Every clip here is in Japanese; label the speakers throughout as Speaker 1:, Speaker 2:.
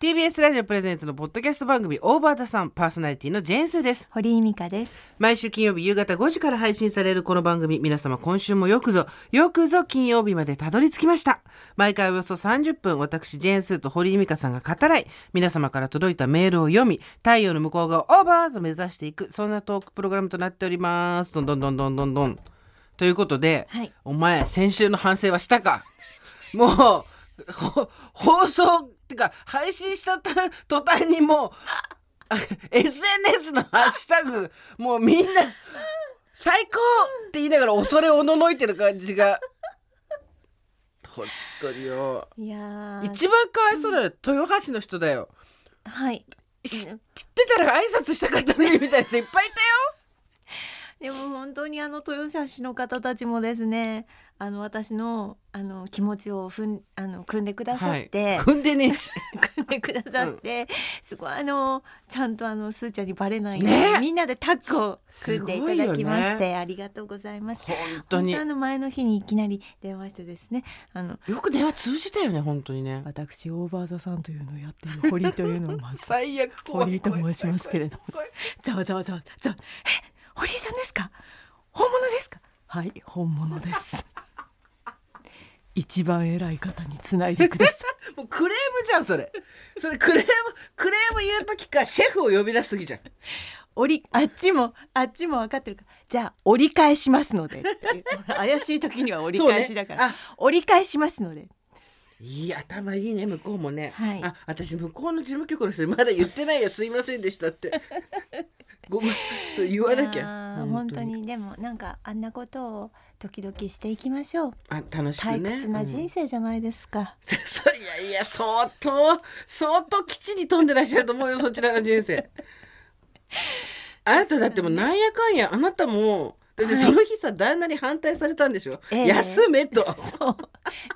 Speaker 1: TBS ラジオプレゼンツのポッドキャスト番組オーバーザさんパーソナリティのジェーンスーです
Speaker 2: 堀井美香です。
Speaker 1: 毎週金曜日夕方5時から配信されるこの番組皆様今週もよくぞよくぞ金曜日までたどり着きました毎回およそ30分私ジェーンスーと堀井美香さんが語らい皆様から届いたメールを読み太陽の向こう側をオーバーと目指していくそんなトークプログラムとなっておりますどんどんどんどんどんどんということで、
Speaker 2: はい
Speaker 1: お前先週の反省はし たかもうほ放送ってか配信したた途端にもうあ SNS のハッシュタグもうみんな最高って言いながら恐れおののいてる感じが本当によ
Speaker 2: いやー
Speaker 1: 一番かわいそうなのは豊橋の人だよ
Speaker 2: はい。
Speaker 1: 知ってたら挨拶したかったのにみたいな人いっぱいいた
Speaker 2: で
Speaker 1: よ
Speaker 2: も本当にあの豊橋市の方たちもですね、あの私のあの気持ちをふんあの組んでくださって、
Speaker 1: 踏んでねえし
Speaker 2: 組んでくださって、すごいあのちゃんとあのスーちゃんにバレないように、
Speaker 1: ね
Speaker 2: みんなでタッグを組んでいただきまし
Speaker 1: すごい
Speaker 2: て、ありがとうございます。
Speaker 1: 本当に
Speaker 2: 本あの前の日にいきなり電話してですね、あの
Speaker 1: よく電話通じたよね本当にね
Speaker 2: 私オーバーザさんというのをやっている堀井というのをまず
Speaker 1: 最悪
Speaker 2: 堀井と申しますけれども
Speaker 1: 怖い
Speaker 2: ざわざわざわざわえ堀井さんですか本物ですかはい本物です 一番偉い方につないでくださ
Speaker 1: もうクレームじゃんそれそれクレームクレーム言う時かシェフを呼び出す時じゃん
Speaker 2: い 折りあっちもあっちも分かってるからじゃあ折り返しますのでっていう 怪しい時には折り返しだから、
Speaker 1: そうね
Speaker 2: 折り返しますので
Speaker 1: いい頭いいね向こうもね、
Speaker 2: はい
Speaker 1: あ私向こうの事務局の人にまだ言ってないよすいませんでしたって ごめんそう言わなき
Speaker 2: いや
Speaker 1: ゃ
Speaker 2: ー本当にでもなんかあんなことを時々していきましょう
Speaker 1: あ楽しくね
Speaker 2: 退屈な人生じゃないですか、
Speaker 1: うん そういやいや相当相当基地に飛んでらっしゃると思うよそちらの人 生あなただってもうなんやかんやあなたもだってその日さ、旦那に反対されたんでしょ、
Speaker 2: ええ
Speaker 1: 休めと、
Speaker 2: そう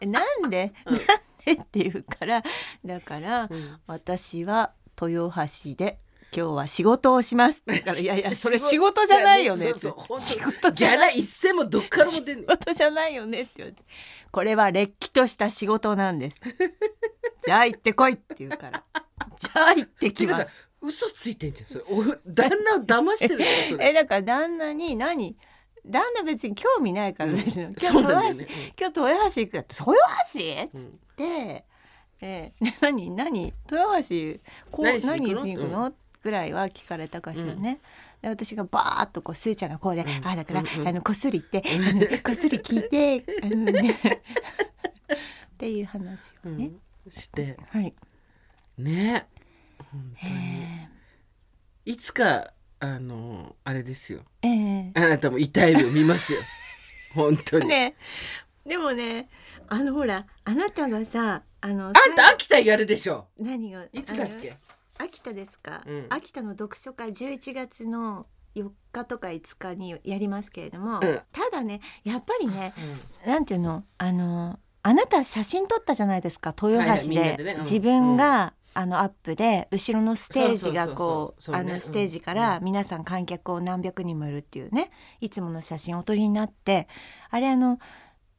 Speaker 2: えなんで、
Speaker 1: うん
Speaker 2: なんでっていうからだから、私は豊橋で今日は仕事をします。だ からいやいやそれ仕事じゃないよねって。
Speaker 1: そうそう
Speaker 2: 仕
Speaker 1: 本
Speaker 2: 事
Speaker 1: 当
Speaker 2: じ
Speaker 1: じ
Speaker 2: ゃ
Speaker 1: ゃ
Speaker 2: な
Speaker 1: ら
Speaker 2: い。
Speaker 1: 一銭もどっからも出ん
Speaker 2: 仕
Speaker 1: ね
Speaker 2: 事じゃないよねって言われて。これはれっきとした仕事なん です。じゃあ行ってこいって言うから。じゃあ行ってき
Speaker 1: 君
Speaker 2: ま
Speaker 1: さ
Speaker 2: す。
Speaker 1: 嘘ついてんじゃんそれお旦那を騙してるよそれ
Speaker 2: えだから旦那に何旦那別に興味ないから別に今日
Speaker 1: そう
Speaker 2: 豊
Speaker 1: なん
Speaker 2: 橋、
Speaker 1: だよね
Speaker 2: 今日豊橋行くだって豊橋っつって、えー、 何何豊橋こう
Speaker 1: 何
Speaker 2: 何
Speaker 1: しに行くの
Speaker 2: しに行くの、ぐらいは聞かれたかしらね。で私がバーっとこうスーちゃんがこうで、ああだから、あのこっそり言って、あのこっそり聞いて、あのねっていう話を
Speaker 1: うん
Speaker 2: ね、
Speaker 1: して
Speaker 2: はい、
Speaker 1: ね
Speaker 2: え
Speaker 1: いつかあのあれですよ
Speaker 2: ー、え
Speaker 1: あなたも痛い目を見ま すよ本当
Speaker 2: ー、
Speaker 1: に、
Speaker 2: ねでもねあのほらあなたがさあの
Speaker 1: あんた秋田やるでしょ
Speaker 2: 何が
Speaker 1: いつだっけ
Speaker 2: あの秋田ですか、
Speaker 1: うん
Speaker 2: 秋田の読書会11月の4日とか5日にやりますけれども、
Speaker 1: うん
Speaker 2: ただねやっぱりね
Speaker 1: うん
Speaker 2: なんていうのあのあなた写真撮ったじゃないですか豊
Speaker 1: はいはい
Speaker 2: 橋
Speaker 1: み
Speaker 2: で,、
Speaker 1: んなでねうん
Speaker 2: 自分が、あのアップで後ろのステージがこう
Speaker 1: そうそうそうそうそうね
Speaker 2: あのステージから皆さん観客を何百人もいるっていうねいつもの写真をお撮りになってあれあの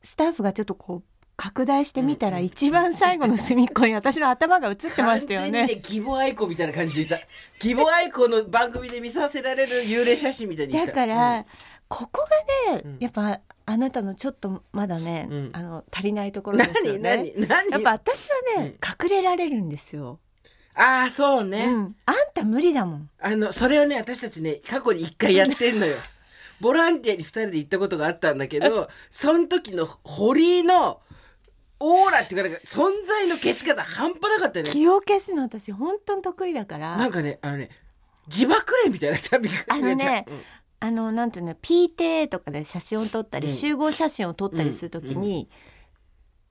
Speaker 2: スタッフがちょっとこう拡大してみたら一番最後の隅っこに私の頭が映ってましたよ
Speaker 1: 完全
Speaker 2: ね
Speaker 1: に。ね義母愛子みたいな感じでいた義母愛子の番組で見させられる幽霊写真みたいにいた
Speaker 2: だから、ここがね、
Speaker 1: うん
Speaker 2: やっぱあなたのちょっとまだね、
Speaker 1: うん
Speaker 2: あの足りないところですよ
Speaker 1: 何
Speaker 2: ね。
Speaker 1: 何何
Speaker 2: やっぱ私はね、隠れられるんですよ。
Speaker 1: ああそう
Speaker 2: う
Speaker 1: ね、
Speaker 2: ん、あんた無理だもん。
Speaker 1: あのそれをね私たちね過去に一回やって んのよボランティアに二人で行ったことがあったんだけどその時の堀井のオーラっていうかなんか存在の消し方半端なかったよね
Speaker 2: 気を消すの私本当に得意だか
Speaker 1: な
Speaker 2: ら
Speaker 1: ん。かねあのね自爆霊みたいな旅が
Speaker 2: あのね
Speaker 1: うん
Speaker 2: あのなんていうの PTA とかで写真を撮ったり、
Speaker 1: うん
Speaker 2: 集合写真を撮ったりするときに、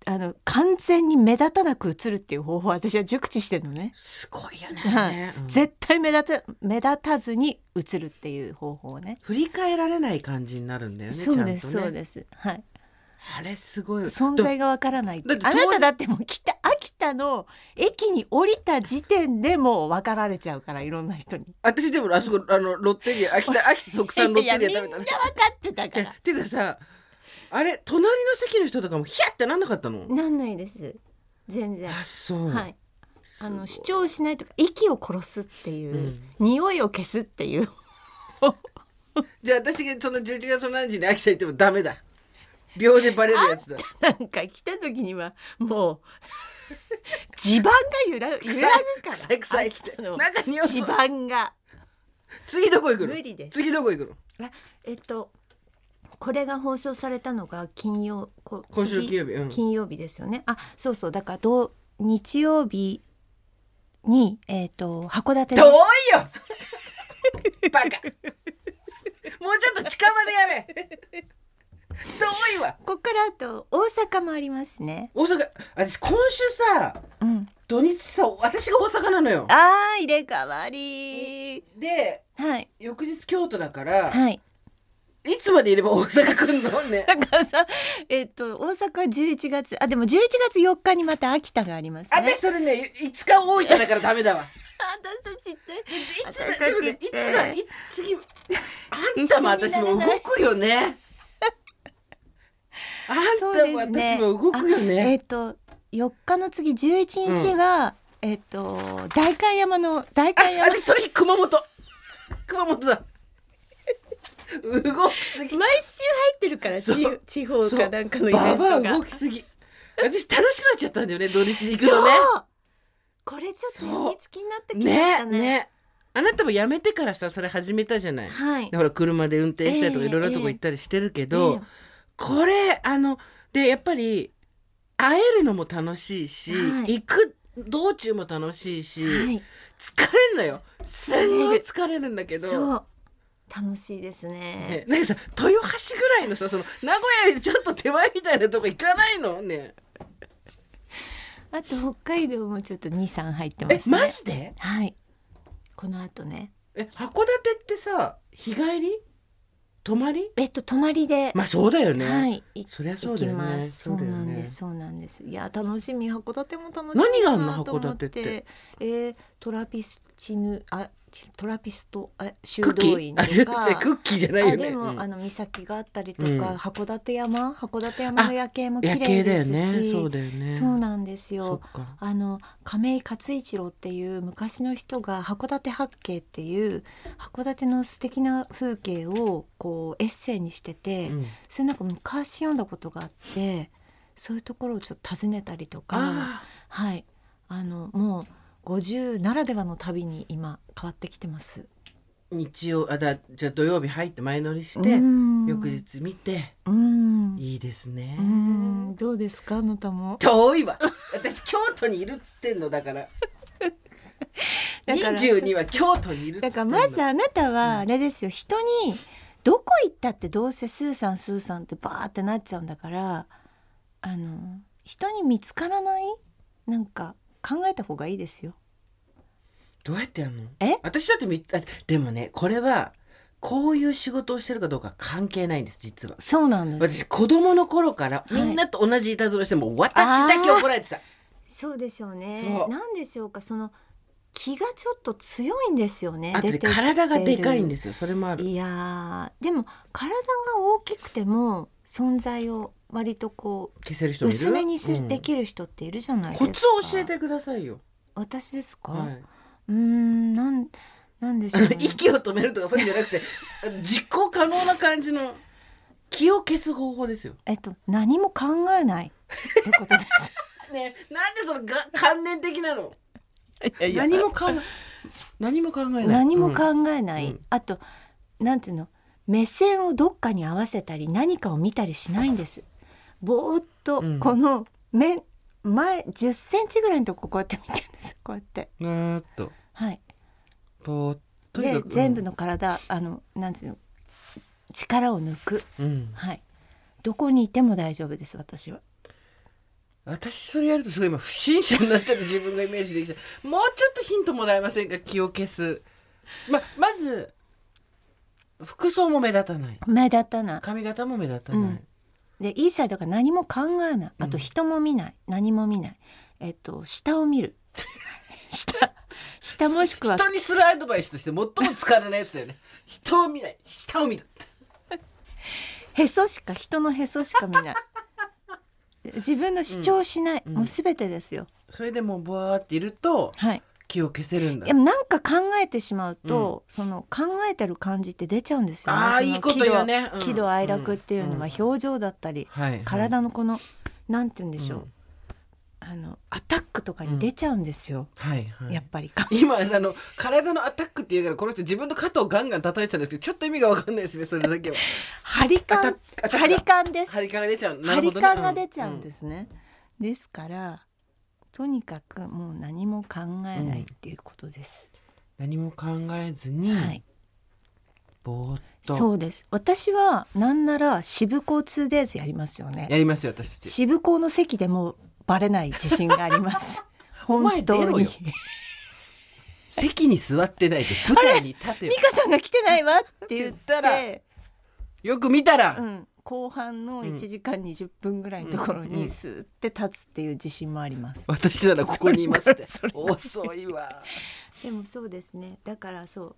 Speaker 2: あの完全に目立たなく写るっていう方法を私は熟知してるのね。
Speaker 1: すごいよ
Speaker 2: はい
Speaker 1: ね、う ん
Speaker 2: 絶対目立た目立たずに写るっていう方法をね。
Speaker 1: 振り返られない感じになるんだよね
Speaker 2: そうです、
Speaker 1: ちゃん
Speaker 2: そ
Speaker 1: と
Speaker 2: う
Speaker 1: ね
Speaker 2: です。はい。
Speaker 1: あれすごい
Speaker 2: 存在がわからないって。
Speaker 1: だ
Speaker 2: あ
Speaker 1: って
Speaker 2: な
Speaker 1: 当
Speaker 2: た
Speaker 1: 時
Speaker 2: だってもう北秋田の駅に降りた時点でもう分かられちゃうからいろんな人に。
Speaker 1: 私でもあそこあのロッテリア 秋田秋田特産ロッ
Speaker 2: いや
Speaker 1: テ
Speaker 2: み
Speaker 1: リ
Speaker 2: ん
Speaker 1: ア
Speaker 2: な
Speaker 1: 食べ
Speaker 2: 分
Speaker 1: た
Speaker 2: か
Speaker 1: ね
Speaker 2: ってた
Speaker 1: い
Speaker 2: か
Speaker 1: や
Speaker 2: ら。
Speaker 1: ていうかさあれ隣の席の人とかもヒャってなんなかったの
Speaker 2: なんないです。全然。
Speaker 1: あそう、
Speaker 2: はい。あ
Speaker 1: ご
Speaker 2: の
Speaker 1: い
Speaker 2: 主張しないとか息を殺すっていう、
Speaker 1: うん
Speaker 2: 匂いを消すっていう
Speaker 1: じゃあ私がその11月の何時に秋田行ってもダメだ秒でバレるやつだ
Speaker 2: なんか来た時にはもう 地盤が揺ら揺らぐ
Speaker 1: 臭い
Speaker 2: から
Speaker 1: 臭い臭い
Speaker 2: 秋田の
Speaker 1: 中によ
Speaker 2: 地盤が
Speaker 1: 次どこ行くの
Speaker 2: 無理です
Speaker 1: 次どこ行くの
Speaker 2: あえっとこれが放送されたのが金曜こ
Speaker 1: 今週の金曜日うん
Speaker 2: 金曜日ですよねあそうそうだからどう日曜日にえっ、と函館
Speaker 1: 遠
Speaker 2: で
Speaker 1: いよバカもうちょっと近場でやれ遠いわ
Speaker 2: ここからあと大阪もありますね
Speaker 1: 大阪私今週さ
Speaker 2: うん
Speaker 1: 土日さ私が大阪なのよ
Speaker 2: あー入れ替わり
Speaker 1: で
Speaker 2: はい
Speaker 1: 翌日京都だから、
Speaker 2: はい
Speaker 1: い、つまでいれば大阪来るのね
Speaker 2: だからさえっ、と大阪は11月あでも11月4日にまた秋田がありますね
Speaker 1: 私それね5日大分だからダメだわ
Speaker 2: 私たちって
Speaker 1: いつ
Speaker 2: 私
Speaker 1: ちょっと待っていつがいつ次あんたも私も動くよねあんたも私も動くよ
Speaker 2: あえ
Speaker 1: ね
Speaker 2: っ、と4日の次11日は、えっ、と代官山の代
Speaker 1: あ
Speaker 2: 官山
Speaker 1: 私それ熊本熊本だ動きすぎ
Speaker 2: 毎週入ってるから
Speaker 1: そう
Speaker 2: 地地方
Speaker 1: そう
Speaker 2: かなんかのイベン
Speaker 1: バ
Speaker 2: トが
Speaker 1: バア動きすぎ私楽しくなっちゃったんだよね土日に行く
Speaker 2: そ
Speaker 1: の
Speaker 2: う
Speaker 1: ね
Speaker 2: これちょっと
Speaker 1: そう
Speaker 2: 病みつきになってきましたね
Speaker 1: ねねあなたも辞めてからさそれ始めたじゃない、
Speaker 2: はい
Speaker 1: でほら車で運転したりとか
Speaker 2: ええ
Speaker 1: いろいろなとこ行ったりしてるけど、これあのでやっぱり会えるのも楽しいし、
Speaker 2: はい
Speaker 1: 行く道中も楽しいし、
Speaker 2: ええは
Speaker 1: 疲
Speaker 2: い
Speaker 1: れんのよすんごい疲れるんだけど。
Speaker 2: そう楽しいですね
Speaker 1: ね、なんかさ豊橋ぐらいのさその名古屋よりちょっと手前みたいなとこ行かないのね
Speaker 2: あと北海道もちょっと23入ってま
Speaker 1: え
Speaker 2: すね
Speaker 1: マジで
Speaker 2: はいこの後ね
Speaker 1: え函館ってさ日帰り泊まり
Speaker 2: えっと泊まりで、
Speaker 1: まあそうだよね、
Speaker 2: はいい
Speaker 1: そりゃそ
Speaker 2: 行
Speaker 1: うだ
Speaker 2: き
Speaker 1: よ
Speaker 2: ま
Speaker 1: ね
Speaker 2: す。そう
Speaker 1: だよ
Speaker 2: なん
Speaker 1: ね
Speaker 2: です。そうなんです。いや、楽しみ、函館も楽しみ。
Speaker 1: 何があんの
Speaker 2: なと思
Speaker 1: 函館って。
Speaker 2: えートラピスチヌ、あ、トラピスト、え、修
Speaker 1: クッキ
Speaker 2: 道
Speaker 1: ー
Speaker 2: 院
Speaker 1: あ
Speaker 2: と
Speaker 1: 全
Speaker 2: か。
Speaker 1: 然クッキーじゃないよ
Speaker 2: あ
Speaker 1: ね
Speaker 2: でも、
Speaker 1: うん
Speaker 2: あの岬があったりとか、
Speaker 1: うん
Speaker 2: 函館山函館山の夜景も
Speaker 1: 夜
Speaker 2: 綺
Speaker 1: 景
Speaker 2: 麗
Speaker 1: だ
Speaker 2: で
Speaker 1: よ
Speaker 2: す
Speaker 1: ね
Speaker 2: し
Speaker 1: そうだよね
Speaker 2: そうなんです
Speaker 1: そ
Speaker 2: よ
Speaker 1: っか
Speaker 2: あの亀井勝一郎っていう昔の人が函館八景っていう函館の素敵な風景をこうエッセイにしてて、
Speaker 1: うん
Speaker 2: それなんか昔読んだことがあってそういうところをちょっと訪ねたりとか
Speaker 1: あ
Speaker 2: はいあのもう50ならではの旅に今変わってきてます。
Speaker 1: ー日曜あだじゃあ土曜日入って前乗りし
Speaker 2: う
Speaker 1: て
Speaker 2: ん
Speaker 1: 翌日見て
Speaker 2: うん
Speaker 1: いいですね
Speaker 2: うんどうですかあなた も。
Speaker 1: 遠いわ私京都にいるっつってんのだから
Speaker 2: だから
Speaker 1: 22は京都にいるっつ
Speaker 2: だ
Speaker 1: っ
Speaker 2: か
Speaker 1: て
Speaker 2: ら
Speaker 1: んの
Speaker 2: まずあなたはあれですよ人にどこ行ったってどうせスーさんスーさんってバーってなっちゃうんだからあの人に見つからないなんか考えた方がいいですよ。
Speaker 1: どうやってやるの
Speaker 2: え
Speaker 1: 私だってみあでもねこれはこういう仕事をしてるかどうか関係ないんです実は
Speaker 2: そうなんです
Speaker 1: 私子供の頃から
Speaker 2: い
Speaker 1: みんなと同じいたずらしても私だけ怒られてた
Speaker 2: そうでしょうね
Speaker 1: そう
Speaker 2: なんでしょうかその気がちょっと強いんですよね
Speaker 1: あとね
Speaker 2: 出てきてる
Speaker 1: 体がでかいんですよそれもある
Speaker 2: いやーでも体が大きくても存在を割とこ
Speaker 1: 消せる人
Speaker 2: う
Speaker 1: もいる
Speaker 2: 薄めにせ
Speaker 1: うん
Speaker 2: できる人っているじゃないですか、
Speaker 1: コツを教えてくださいよ、
Speaker 2: 私ですか、
Speaker 1: は
Speaker 2: うーんなんなんでしょう、ね
Speaker 1: い、、 息を止めるとかそういうんじゃなくて実行可能な感じの気を消す方法ですよ
Speaker 2: えっと何も考えないってことです
Speaker 1: ねえなんでそのが観念的なの
Speaker 2: 何
Speaker 1: 何
Speaker 2: も
Speaker 1: も考え何も考えない
Speaker 2: 何も考えない、
Speaker 1: うん
Speaker 2: あとなんていうの目線をどっかに合わせたり何かを見たりしないんですぼーっと
Speaker 1: うん
Speaker 2: この目、前10センチぐらいのとここうやって見てるんです こうやって
Speaker 1: うんなーっと
Speaker 2: はい
Speaker 1: ぼーっとに
Speaker 2: で
Speaker 1: かく
Speaker 2: 全部の体あのなんていうの力を抜く
Speaker 1: うん、うん
Speaker 2: はいどこにいても大丈夫です私は
Speaker 1: 私それやるとすごい今不審者になってる自分がイメージできたもうちょっとヒントもらえませんか気を消すままず服装も目立たない
Speaker 2: 目立たない
Speaker 1: 髪型も目立たない、
Speaker 2: うんでいいサイドが何も考えないあと
Speaker 1: うん
Speaker 2: 人も見ない、何も見ないえっと下を 見る下下もしくは
Speaker 1: 人にするアドバイスとして最も疲れないやつだよね 人を見ない下を見る
Speaker 2: へそし か人のへそしか見ない自分の主張しない、
Speaker 1: うん
Speaker 2: もう全てですよ
Speaker 1: それでもうブワーっていると
Speaker 2: はい、
Speaker 1: 気を消せるんだ
Speaker 2: でもなんか考えてしまうと、その考えてる感じって出ちゃうんですよね。
Speaker 1: ああ
Speaker 2: その
Speaker 1: いいこと言うね、うん
Speaker 2: 喜怒喜怒哀楽っていうのは
Speaker 1: ん
Speaker 2: 表情だったり、
Speaker 1: はいはい
Speaker 2: 体のこのなんて言うんでしょう、
Speaker 1: ん
Speaker 2: あのアタックとかに出ちゃうんですよ、
Speaker 1: はいはい
Speaker 2: やっぱりか。
Speaker 1: 今あの体のアタックって言うからこの人自分の肩をガンガン叩いてたんですけどちょっと意味が分かんないですねそれだ けは
Speaker 2: ハリ
Speaker 1: ア
Speaker 2: カ
Speaker 1: タ
Speaker 2: ン
Speaker 1: ックアタックが
Speaker 2: ハリカンです。
Speaker 1: 張り感が出ちゃう
Speaker 2: 張
Speaker 1: なるほ
Speaker 2: り
Speaker 1: どね、
Speaker 2: 感が出ちゃうんですすね。ですからとにかくもう何も考えないっていうことです。
Speaker 1: 何も考えずに、
Speaker 2: はい、
Speaker 1: ぼーっと
Speaker 2: そうです。私はなんなら渋子 2days やりますよね。
Speaker 1: やりますよ私たち
Speaker 2: 渋子の席でもうバレない自信があります。本
Speaker 1: お前出
Speaker 2: 当
Speaker 1: ろ
Speaker 2: に。
Speaker 1: よ
Speaker 2: 美
Speaker 1: 席に座ってないで舞台に立てよ
Speaker 2: 香さんが来てないわって言っ
Speaker 1: って言ったら
Speaker 2: て、
Speaker 1: よく見たら、
Speaker 2: うん、後半の1時間20分ぐらいのところ
Speaker 1: うんうん
Speaker 2: にスーって立つっていう自信もあります。
Speaker 1: 私ならここにい ますって
Speaker 2: それ
Speaker 1: 遅いわ
Speaker 2: でもそうですねだからそ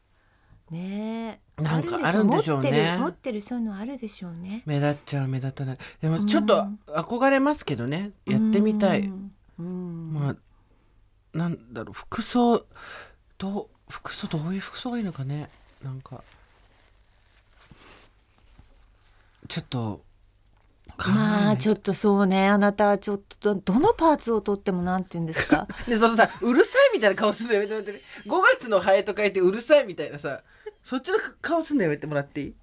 Speaker 2: うねえ
Speaker 1: なんかあるんでしょう
Speaker 2: 持っ
Speaker 1: ね
Speaker 2: てる持ってるそういうのあるでしょうね
Speaker 1: 目立っちゃう目立たないでもちょっと憧れますけどね、やってみたい、
Speaker 2: うんうん
Speaker 1: まあなんだろう服装どう服装どういう服装がいいのかねなんかちょっと考えない
Speaker 2: まあちょっとそうねあなたはちょっとどどのパーツを取ってもなんて言うんですか
Speaker 1: でそのさうるさいみたいな顔するのやめてもらってね5月のハエと書いてうるさいみたいなさそっちの顔するのやめてもらっていい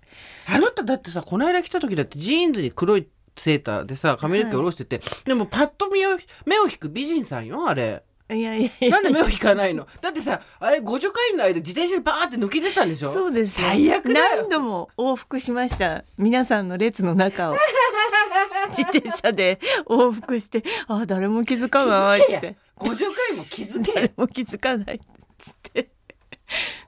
Speaker 1: あなただってさこの間来た時だってジーンズに黒いセーターでさ髪の毛下ろしてて、でもパッと見を目を引く美人さんよあれ
Speaker 2: いやいやい
Speaker 1: なんで目を引かないのだってさあれ互助会員の間自転車でバーって抜けてたんでしょ
Speaker 2: そうですよ
Speaker 1: 最悪だよ
Speaker 2: 何度も往復しました皆さんの列の中を 自転車で 往復してあ誰も気づかない
Speaker 1: 気づ
Speaker 2: っ
Speaker 1: けや
Speaker 2: て
Speaker 1: 互助会員も気づけ や
Speaker 2: 誰も気づかないっつって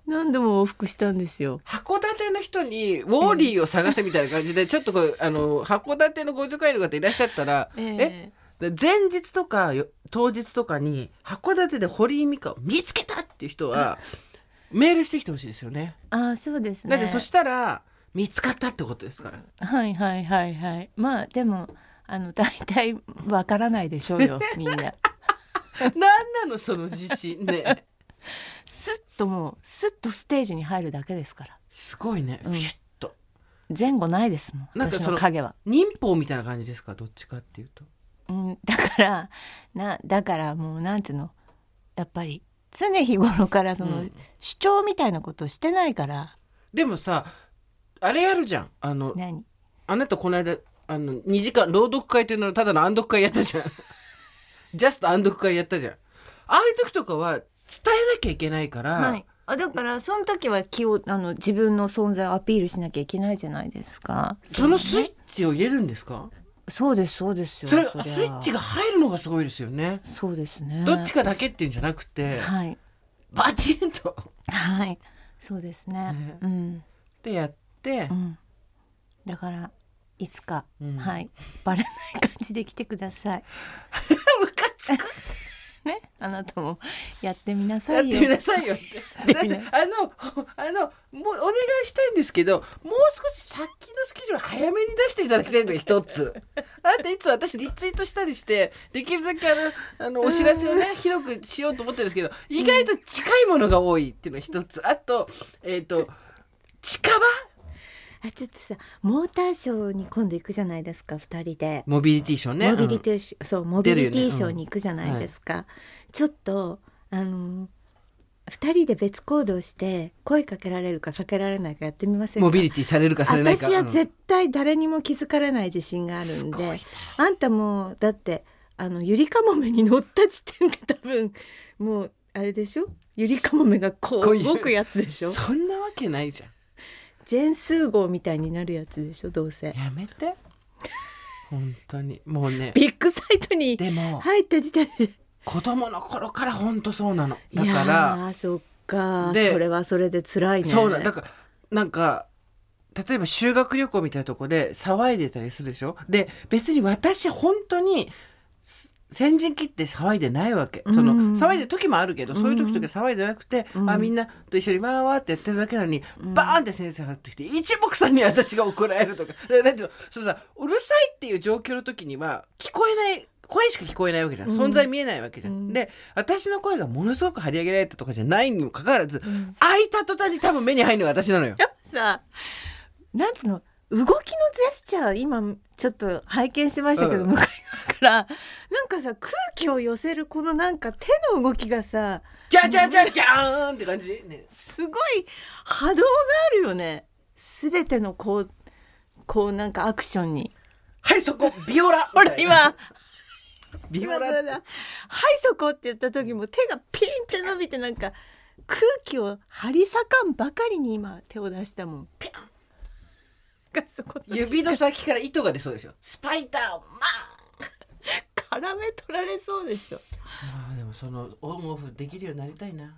Speaker 2: 何度も往復したんですよ
Speaker 1: 函館の人にウォーリーを探せみたいな感じで、ちょっとこうあの函館の互助会員の方いらっしゃったら、
Speaker 2: え
Speaker 1: えで前日とかよ当日とかに函館で堀井美香を見つけたっていう人はメールしてきてほしいですよね。
Speaker 2: ああそうですね。
Speaker 1: だってそしたら見つかったってことです から。
Speaker 2: はいはいはいはい。まあでもあの大体わからないでしょう よみんな。
Speaker 1: なんなのその自信ね。
Speaker 2: スッともうスッとステージに入るだけですから。
Speaker 1: すごいね。
Speaker 2: うん
Speaker 1: フィュッと
Speaker 2: 前後ないですもん。
Speaker 1: なんか
Speaker 2: 私
Speaker 1: そ
Speaker 2: の
Speaker 1: の
Speaker 2: 影は。
Speaker 1: 忍法みたいな感じですかどっちかっていうと。
Speaker 2: うんだからなだからもうなんていうのやっぱり常日頃からその、
Speaker 1: うん
Speaker 2: 主張みたいなことしてないから
Speaker 1: でもさあれやるじゃんあの
Speaker 2: 何
Speaker 1: あなたこの間あの2時間朗読会というのはただの暗読会やっ たじゃんジャスト暗読会やったじゃんああいう時とかは伝えなきゃいけないから、
Speaker 2: はい。あだからその時は気をあの自分の存在をアピールしなきゃいけないじゃないですか。
Speaker 1: その
Speaker 2: そう
Speaker 1: スイ
Speaker 2: ね
Speaker 1: ッチを入れるんですか
Speaker 2: そうですそうですよ。
Speaker 1: それ
Speaker 2: りゃ
Speaker 1: スイッチが入るのがすごいですよね
Speaker 2: そうですね。
Speaker 1: どっちかだけっていうんじゃなくて
Speaker 2: はい
Speaker 1: バチンとっ
Speaker 2: はいそうですね。
Speaker 1: ね
Speaker 2: うん
Speaker 1: てやって
Speaker 2: うん。だからいつか、
Speaker 1: うん
Speaker 2: はいバレない感じで来てください。
Speaker 1: ムカつく
Speaker 2: ねあなたもやってみなさ
Speaker 1: やっ
Speaker 2: い
Speaker 1: てみ
Speaker 2: よ。
Speaker 1: なさいよって。だってあのあのもうお願いしたいんですけどもう少しさっきのスケジュール早めに出していただきたいのが一つ。あといつも私リツイートしたりしてできるだけあのあのお知らせをね広くしようと思ってるんですけど意外と近いものが多いっていうのが一つ。あとえっ、と近場
Speaker 2: あちょっとさモーターショーに今度行くじゃないですか二人で。
Speaker 1: モビリティショーね。
Speaker 2: モビリティショー、そうモビリティショーに行くじゃ
Speaker 1: 出る
Speaker 2: な
Speaker 1: よ
Speaker 2: い
Speaker 1: ねうん
Speaker 2: ですか、ちょっとあの二人で別行動して声かけられるかかけられないかやってみません
Speaker 1: うん
Speaker 2: か
Speaker 1: モビリティされるかされないか。
Speaker 2: 私は
Speaker 1: うん
Speaker 2: 絶対誰にも気づかれない自信がある
Speaker 1: す
Speaker 2: ん
Speaker 1: ごいな
Speaker 2: であんたもうだってあのゆりかもめに乗った時点で多分 もうあれでしょゆりかもめがこ
Speaker 1: こういう
Speaker 2: う動くやつでしょ
Speaker 1: そんなわけないじゃん。
Speaker 2: ジェンスー号みたいになるやつでしょどうせ
Speaker 1: やめて。本当にもうね。
Speaker 2: ビッグサイトに
Speaker 1: でも。
Speaker 2: 入った時点で
Speaker 1: 子供の頃から本当そうなのだ
Speaker 2: い
Speaker 1: か
Speaker 2: や
Speaker 1: ら
Speaker 2: ーそっか
Speaker 1: で
Speaker 2: それはそれで辛いね
Speaker 1: そうなんだからなんか例えば修学旅行みたいなとこで騒いでたりするでしょで別に私本当にす先陣切って騒いでないわけ、その
Speaker 2: うん
Speaker 1: 騒いでる時もあるけどそういう時
Speaker 2: う
Speaker 1: と
Speaker 2: ん
Speaker 1: か騒いでなくて、
Speaker 2: うん
Speaker 1: あみんなと一緒にわーわーってやってるだけなのに、
Speaker 2: うん
Speaker 1: バーンって先生が入ってきて一目散に私が怒られるとかだからなんていうのそうさうるさいっていう状況の時には聞こえない声しか聞こえないわけじゃん、
Speaker 2: うん
Speaker 1: 存在見えないわけじゃん、
Speaker 2: うん
Speaker 1: で私の声がものすごく張り上げられたとかじゃないにもかかわらず、
Speaker 2: うん
Speaker 1: 開いた途端に多分目に入るのが私なのよ
Speaker 2: さなんつうの動きのジェスチャー今ちょっと拝見してましたけど、
Speaker 1: うん
Speaker 2: 向かい側からなんかさ空気を寄せるこのなんか手の動きがさ
Speaker 1: じゃじゃじゃじゃーんって感じ、ね、
Speaker 2: すごい波動があるよね全てのこうこうなんかアクションに
Speaker 1: はいそこビオラ
Speaker 2: ほら今
Speaker 1: ビ
Speaker 2: 今
Speaker 1: オ
Speaker 2: そ
Speaker 1: ラっ
Speaker 2: れ
Speaker 1: て
Speaker 2: だはいそこ」って言った時も手がピンって伸びてなんか空気を張り裂かんばかりに今手を出したもんピャンがそこの
Speaker 1: 指の先から糸が出そうでしょスパイダーマン
Speaker 2: 絡め取られそうでしょ
Speaker 1: あーでもそのオンオフできるようになりたいな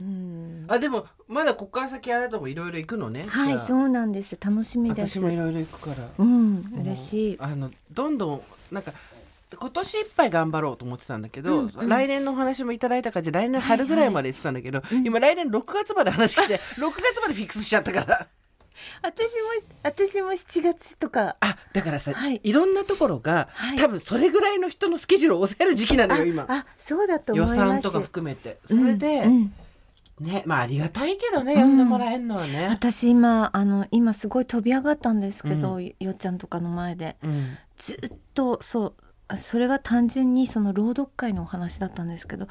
Speaker 2: うん
Speaker 1: あでもまだこっから先あなたもいろいろ行くのね
Speaker 2: はい
Speaker 1: じゃあ
Speaker 2: そうなんです楽しみです
Speaker 1: 私もいろいろ行くから
Speaker 2: うん嬉しい
Speaker 1: あのどんどんなんか今年いっぱい頑張ろうと思ってたんだけ
Speaker 2: う
Speaker 1: ど、
Speaker 2: んうん
Speaker 1: 来年のお話もいただいた感じで来年の春ぐらいまで言ってたんだけど、
Speaker 2: いうん
Speaker 1: 今来年6月まで話来て 6月までフィックスしちゃったから
Speaker 2: 私も私も7月とか
Speaker 1: あだからさ、
Speaker 2: はい
Speaker 1: い、ろんなところが、
Speaker 2: はい
Speaker 1: 多分それぐらいの人のスケジュールを抑える時期なの
Speaker 2: あ
Speaker 1: よ今
Speaker 2: あそうだと思い
Speaker 1: 予
Speaker 2: ます
Speaker 1: 算とか含めてそれで、
Speaker 2: うんうん
Speaker 1: ねまあありがたいけどね
Speaker 2: うん
Speaker 1: 呼んでもらえるのはね、
Speaker 2: 私今あの今すごい飛び上がったんですけど、よっちゃんとかの前で
Speaker 1: うん
Speaker 2: ずっとそうあそれは単純にその朗読会のお話だったんですけど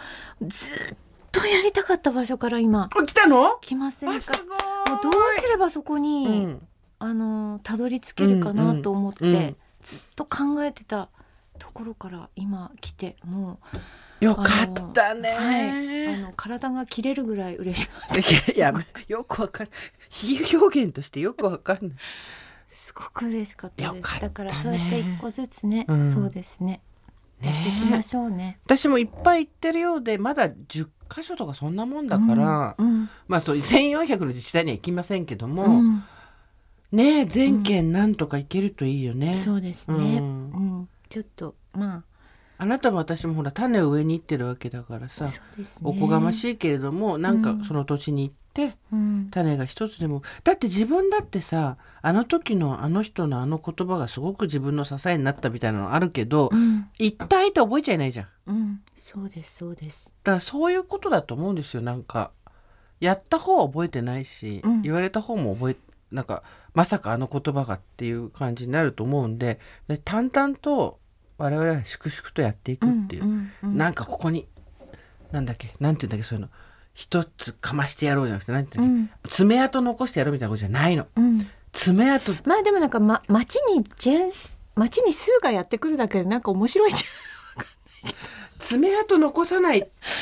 Speaker 2: ずっとやりたかった場所から今
Speaker 1: あ来たの
Speaker 2: 来ませんか
Speaker 1: あすごい
Speaker 2: もうどうすればそこに、
Speaker 1: うん
Speaker 2: あのたどり着けるかなと思って、
Speaker 1: うんうんうん
Speaker 2: ずっと考えてたところから今来ても
Speaker 1: よ
Speaker 2: う
Speaker 1: かったね、
Speaker 2: あのはい、あの体が切れるぐらい嬉しかった
Speaker 1: い やよくわかん比喩表現としてよくわかんない
Speaker 2: すごく嬉しかったです
Speaker 1: よかったね
Speaker 2: だからそうやって一個ずつね、
Speaker 1: うん
Speaker 2: そうですねやっていきま
Speaker 1: ね
Speaker 2: しょうね
Speaker 1: 私もいっぱい行ってるようでまだ10箇所とかそんなもんだから、
Speaker 2: うんうん
Speaker 1: まあそう1400の自治体には行きませんけども、
Speaker 2: うん
Speaker 1: ねえ全県なんとか行けるといいよね、
Speaker 2: そうですね、
Speaker 1: う
Speaker 2: うんんちょっとま
Speaker 1: あなたも私もほら種を植えに行ってるわけだからさ、
Speaker 2: あそうですね
Speaker 1: おこがましいけれどもなんか
Speaker 2: うん
Speaker 1: その土地に行って
Speaker 2: うん
Speaker 1: 種が一つでもだって自分だってさあの時のあの人のあの言葉がすごく自分の支えになったみたいなのあるけど、
Speaker 2: うん、
Speaker 1: 一体って覚えちゃいないじゃん。
Speaker 2: うん、そうですそうです
Speaker 1: だからそういうことだと思うんですよなんかやった方は覚えてないし、
Speaker 2: うん
Speaker 1: 言われた方も覚えなんかまさかあの言葉がっていう感じになると思うんでで淡々と我々は粛々とやっていくっていう、
Speaker 2: んうんうん
Speaker 1: なんかここになんだっけなんて言うんだっけそういうの一つかましてやろうじゃなくてなんて言
Speaker 2: う
Speaker 1: うんだ
Speaker 2: ん
Speaker 1: っけ、爪痕残してやろうみたいなことじゃないの
Speaker 2: うん
Speaker 1: 爪痕
Speaker 2: まあでもなんか、ま、街にジェン街にスーがやってくるだけでなんか面白いじ
Speaker 1: 爪痕残さない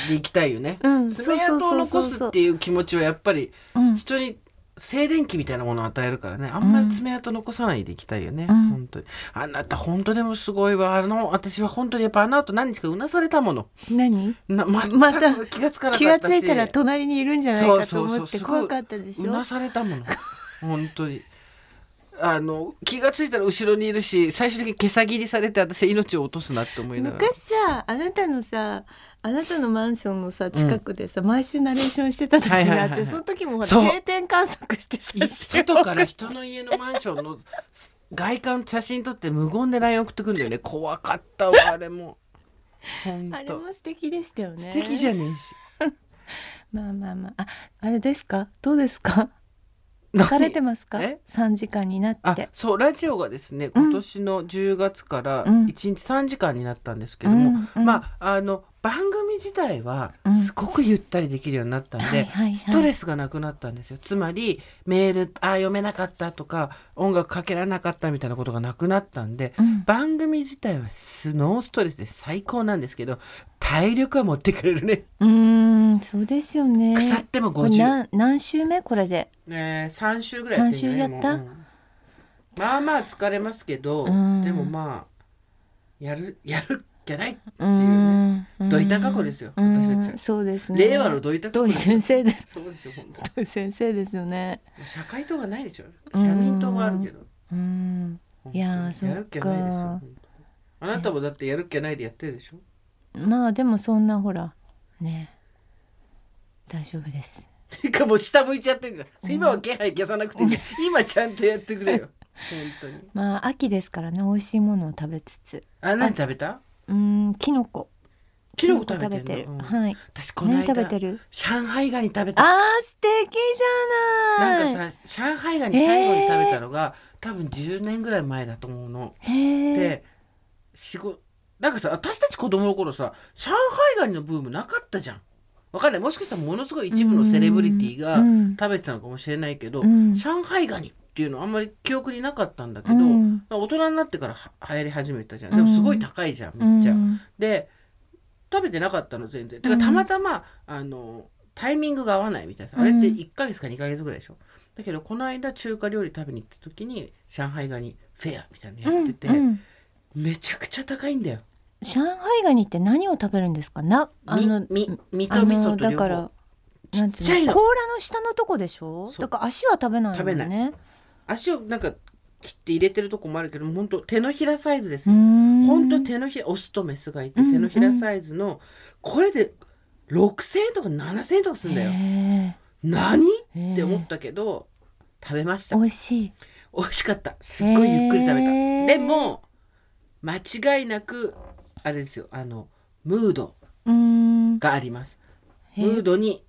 Speaker 1: でいきたいよね、
Speaker 2: うん
Speaker 1: 爪痕を残すっていう気持ちはやっぱり
Speaker 2: ゃん。
Speaker 1: 人に静電気みたいなものを与えるからねあんまり爪痕残さないでいきたいよね、
Speaker 2: うん
Speaker 1: 本当にあなた本当でもすごいわあの私は本当にやっぱあの後何日かうなされたもの
Speaker 2: 何
Speaker 1: なま
Speaker 2: また
Speaker 1: 気がつかな
Speaker 2: 気
Speaker 1: か
Speaker 2: が
Speaker 1: った
Speaker 2: つ
Speaker 1: し
Speaker 2: いたら隣にいるんじゃないかと思って怖かったでし
Speaker 1: う
Speaker 2: ょ
Speaker 1: な。されたもの本当にあの気がついたら後ろにいるし最終的に毛さ切りされて私は命を落とすなって思いながら
Speaker 2: 昔さあなたのさあなたのマンションのさ近くでさ、毎週ナレーションしてた時があって、
Speaker 1: はいはいはいはい
Speaker 2: その時もほら
Speaker 1: そう
Speaker 2: 定点観測して写真を
Speaker 1: 外から人の家のマンションの外観写真撮って無言で LINE 送ってくんだよね怖かっ たわあれも本
Speaker 2: あれ
Speaker 1: 当
Speaker 2: も素敵でしたよね
Speaker 1: 素敵じゃねえし
Speaker 2: まあまあまあああれですかどうですか疲れてますか
Speaker 1: え
Speaker 2: 3時間にな
Speaker 1: あ
Speaker 2: って
Speaker 1: そうラジオがですね
Speaker 2: うん
Speaker 1: 今年の10月から
Speaker 2: うん
Speaker 1: 1日3時間になったんですけども、
Speaker 2: うんうん
Speaker 1: まああの番組自体は
Speaker 2: うん
Speaker 1: すごくゆったりできるようになったんで、
Speaker 2: はいはいはい
Speaker 1: ストレスがなくなったんですよつまりメールあー読めなかったとか音楽かけられなかったみたいなことがなくなったんで、
Speaker 2: うん
Speaker 1: 番組自体はスノーストレスで最高なんですけど体力は持ってくれるね、
Speaker 2: うーんそうですよね
Speaker 1: 腐っても
Speaker 2: これ
Speaker 1: 50、
Speaker 2: 何何週目これで
Speaker 1: ね、3週ぐらいやってんじゃない
Speaker 2: 三週やった
Speaker 1: もううんまあまあ疲れますけど、
Speaker 2: うん
Speaker 1: でもまあやるやるじゃない、
Speaker 2: うーん
Speaker 1: どいた過去ですよ
Speaker 2: うーん
Speaker 1: 私たち
Speaker 2: そうですね
Speaker 1: 令和のどいたか
Speaker 2: 土井先生です
Speaker 1: そうですよ本当
Speaker 2: 土井先生ですよね
Speaker 1: に社会党がないでしょ
Speaker 2: うん
Speaker 1: 社民党があるけど
Speaker 2: うーんいやー
Speaker 1: 本当にやるっきゃないです
Speaker 2: そっか
Speaker 1: よ本当にあなたもだってやるっきゃないでやってるでしょ
Speaker 2: まあでもそんなほらね大丈夫です
Speaker 1: てかもう下向いちゃってんじゃん今は気配消さなくていいじゃん今ちゃんとやってくれよ本当に
Speaker 2: まあ秋ですからね美味しいものを食べつつ
Speaker 1: あ何食べた
Speaker 2: うーん、キノコ。
Speaker 1: キノコ食べ
Speaker 2: キ
Speaker 1: てるの、うん
Speaker 2: はい。
Speaker 1: 私この
Speaker 2: 何食べ
Speaker 1: 間
Speaker 2: てる？
Speaker 1: 上海ガニ食べ
Speaker 2: あ
Speaker 1: た
Speaker 2: ー素敵じゃ
Speaker 1: な
Speaker 2: ない
Speaker 1: ん
Speaker 2: い。
Speaker 1: かさ上海ガニ最後に食べたのが、多分10年ぐらい前だと思うの。
Speaker 2: へー
Speaker 1: で仕事なんかさ私たち子供の頃さ上海ガニのブームなかったじゃん。わかんないもしかしたらものすごい一部のセレブリティが
Speaker 2: うん
Speaker 1: 食べてたのかもしれないけど、
Speaker 2: うん
Speaker 1: 上海ガニっていうのあんまり記憶になかったんだけど、
Speaker 2: うん
Speaker 1: 大人になってからは流行り始めたじゃんでもすごい高いじゃん、めっちゃ。
Speaker 2: うん
Speaker 1: で食べてなかったの全然てかたまたま、あのタイミングが合わないみたいなあれって
Speaker 2: うん
Speaker 1: 1ヶ月か2ヶ月ぐらいでしょだけどこの間中華料理食べに行った時に上海ガニフェアみたいなのやってて、
Speaker 2: うんうん
Speaker 1: めちゃくちゃ高いんだよ
Speaker 2: 上海ガニって何を食べるんですか？なあ
Speaker 1: み
Speaker 2: の
Speaker 1: み身
Speaker 2: あ
Speaker 1: と味
Speaker 2: の
Speaker 1: 噌と
Speaker 2: だ
Speaker 1: 両
Speaker 2: から
Speaker 1: 方。
Speaker 2: なん
Speaker 1: ちっちゃ
Speaker 2: てい
Speaker 1: いう
Speaker 2: の
Speaker 1: の
Speaker 2: 甲羅の下のとこでしょ
Speaker 1: そう
Speaker 2: だから足は食べないもんね
Speaker 1: 食べな足をなんか切って入れてるとこもあるけど本当手のひらサイズです
Speaker 2: うー
Speaker 1: よ
Speaker 2: ん
Speaker 1: 本当手のひらオスとメスがいて
Speaker 2: うん
Speaker 1: 手のひらサイズの、これで6,000円とか7,000円とかするんだよ。
Speaker 2: へ
Speaker 1: 何
Speaker 2: ー
Speaker 1: って思ったけど食べました
Speaker 2: 美味しい
Speaker 1: 美味しかったすっごいゆっくり食べた、
Speaker 2: へー
Speaker 1: でも間違いなくあれですよあのムード
Speaker 2: うーん
Speaker 1: があります
Speaker 2: へ
Speaker 1: ム
Speaker 2: ー
Speaker 1: ードに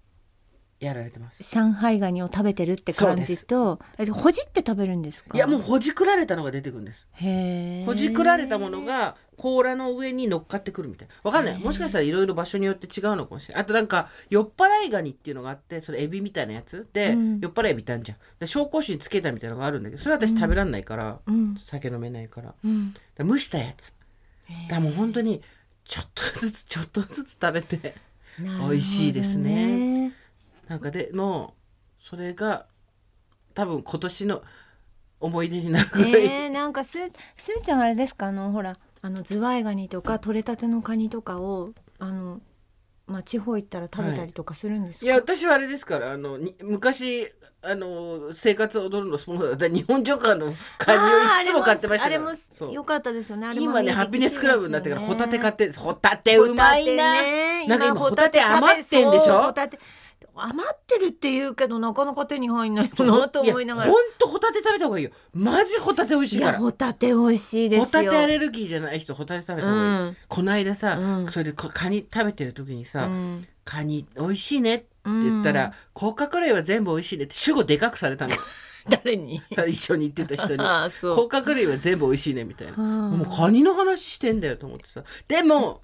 Speaker 1: やられてます
Speaker 2: 上海ガニを食べてるって感じとえほじって食べるんですか
Speaker 1: いやもうほじくられたのが出てくるんです
Speaker 2: へー
Speaker 1: ほじくられたものが甲羅の上に乗っかってくるみたいなわかんないもしかしたらいろいろ場所によって違うのかもしれないあとなんか酔っ払いガニっていうのがあってそれエビみたいなやつで、
Speaker 2: うん
Speaker 1: 酔っ払いエビいたんじゃんで紹興酒につけたみたいなのがあるんだけどそれは私食べらんないから、
Speaker 2: うん
Speaker 1: 酒飲めないから
Speaker 2: うん
Speaker 1: だから蒸したやつだからもう本当にちょっとずつちょっとずつ食べて美味しいですね
Speaker 2: なるほどね
Speaker 1: なんかでもうそれが多分今年の思い出になるぐらい、
Speaker 2: ねえなんかすすーちゃんあれですかあのほらあのズワイガニとか取れたてのカニとかをあのまあ地方行ったら食べたりとかするんです
Speaker 1: い
Speaker 2: か、
Speaker 1: や私はあれですからあのに昔あの生活を踊るのスポンサーだった日本ジョッカーのカニをいつも買ってました
Speaker 2: あ
Speaker 1: か
Speaker 2: れ
Speaker 1: ら
Speaker 2: も
Speaker 1: そう
Speaker 2: 良かったですよねあれも
Speaker 1: 今ねハピネスクラブになってからホタテ買っててるんですホタテうまいな、なんか今ホタテ余ってんでしょ
Speaker 2: 余ってるって言うけどなかなか手に入んない
Speaker 1: そう
Speaker 2: なと思いながら
Speaker 1: やほんとホタテ食べた方がいいよマジホタテ美味し
Speaker 2: い
Speaker 1: いか
Speaker 2: や
Speaker 1: ら
Speaker 2: ホタテ美味しいで
Speaker 1: ホ
Speaker 2: すよ
Speaker 1: タテアレルギーじゃない人ホタテ食べた方がいい、
Speaker 2: うん
Speaker 1: こないださ、
Speaker 2: うん
Speaker 1: それでこカニ食べてる時にさ、
Speaker 2: うん
Speaker 1: カニ美味しいねって言ったら、
Speaker 2: うん
Speaker 1: 甲殻類は全部美味しいねって主語でかくされ たの
Speaker 2: 誰に
Speaker 1: 一緒に行ってた人に
Speaker 2: ああそう
Speaker 1: 甲殻類は全部美味しいねみたいな、
Speaker 2: うん
Speaker 1: もうカニの話してんだよと思ってさでも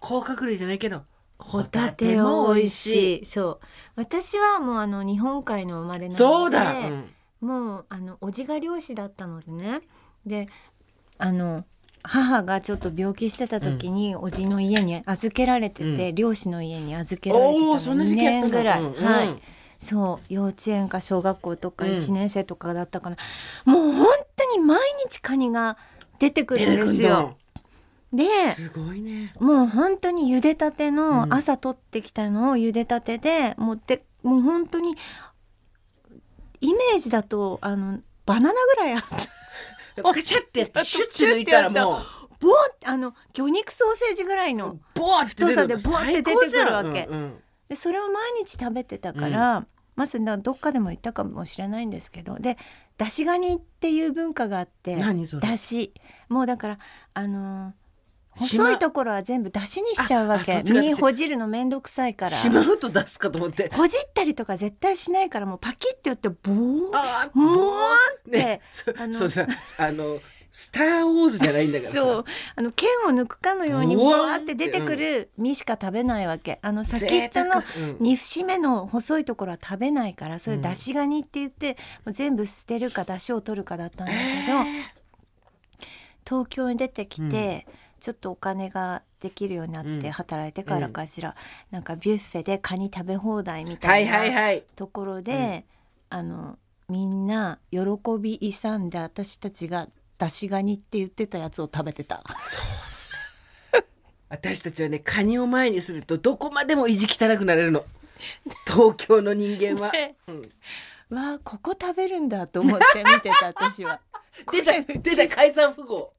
Speaker 1: 甲殻類じゃないけど
Speaker 2: ホタテも美味しい。そう。私はもうあの日本海の生まれなので、
Speaker 1: そうだ、うん
Speaker 2: もうあのおじが漁師だったのでね。で、あの母がちょっと病気してた時に、おじの家に預けられてて、漁師の家に預けられて
Speaker 1: おー
Speaker 2: た
Speaker 1: そん
Speaker 2: の
Speaker 1: な
Speaker 2: 2
Speaker 1: 時期やった
Speaker 2: 年
Speaker 1: の
Speaker 2: ぐらい、
Speaker 1: うんうん
Speaker 2: はい。そう幼稚園か小学校とか
Speaker 1: うん
Speaker 2: 1年生とかだったかな、もう本当に毎日カニが出てくるんですよ。で、
Speaker 1: すごいね
Speaker 2: もう本当に茹でたて
Speaker 1: う
Speaker 2: の
Speaker 1: ん
Speaker 2: 朝取ってきたのを茹でたてで持ってもう本当にイメージだとあのバナナぐらいあった
Speaker 1: カチャってやってシュッて抜いたらもう
Speaker 2: ボンってあの魚肉ソーセージぐらいの
Speaker 1: ボーって出てく
Speaker 2: 太
Speaker 1: る
Speaker 2: さでボーって
Speaker 1: 最高じゃ
Speaker 2: 出
Speaker 1: ん
Speaker 2: てくるわけ
Speaker 1: うんうん
Speaker 2: でそれを毎日食べてたから、まあそれだからどっかでも言ったかもしれないんですけどでだしガニっていう文化があって
Speaker 1: 何それ
Speaker 2: だしもうだからあのー
Speaker 1: 島
Speaker 2: 細いところは全部だしにしちゃうわ
Speaker 1: ああそ
Speaker 2: け
Speaker 1: っちが
Speaker 2: 身ほじるの面倒くさいから
Speaker 1: しまうと出すかと思って
Speaker 2: ほじったりとか絶対しないからもうパキッて言ってボーン
Speaker 1: あー
Speaker 2: もーんって
Speaker 1: ねそ
Speaker 2: あの
Speaker 1: そうさあのスター・ウォーズじゃないんだからさ
Speaker 2: そうあの剣を抜くかのように
Speaker 1: ボ
Speaker 2: ボ
Speaker 1: ワン
Speaker 2: ワーって出てくる身しか食べないわけあの先っ
Speaker 1: 贅
Speaker 2: ちょ
Speaker 1: 沢
Speaker 2: の
Speaker 1: うん
Speaker 2: 2節目の細いところは食べないからそれだしガニって言って、もう全部捨てるかだしを取るかだったんだけど、東京に出てきて、ちょっとお金ができるようになっ
Speaker 1: うん
Speaker 2: て働いてからかしら、なんかビュッフェでカニ食べ放題み
Speaker 1: は
Speaker 2: たい
Speaker 1: い
Speaker 2: な、
Speaker 1: はいはい
Speaker 2: ところで、あのみんな喜び勇んで私たちが出しガニって言ってたやつを食べて た。
Speaker 1: 私たちはねカニを前にするとどこまでも意地汚くなれるの東京の人間は、
Speaker 2: ね
Speaker 1: うん
Speaker 2: わあここ食べるんだと思って見てた私 は。
Speaker 1: 出た
Speaker 2: これう
Speaker 1: 出
Speaker 2: ち
Speaker 1: た解散符号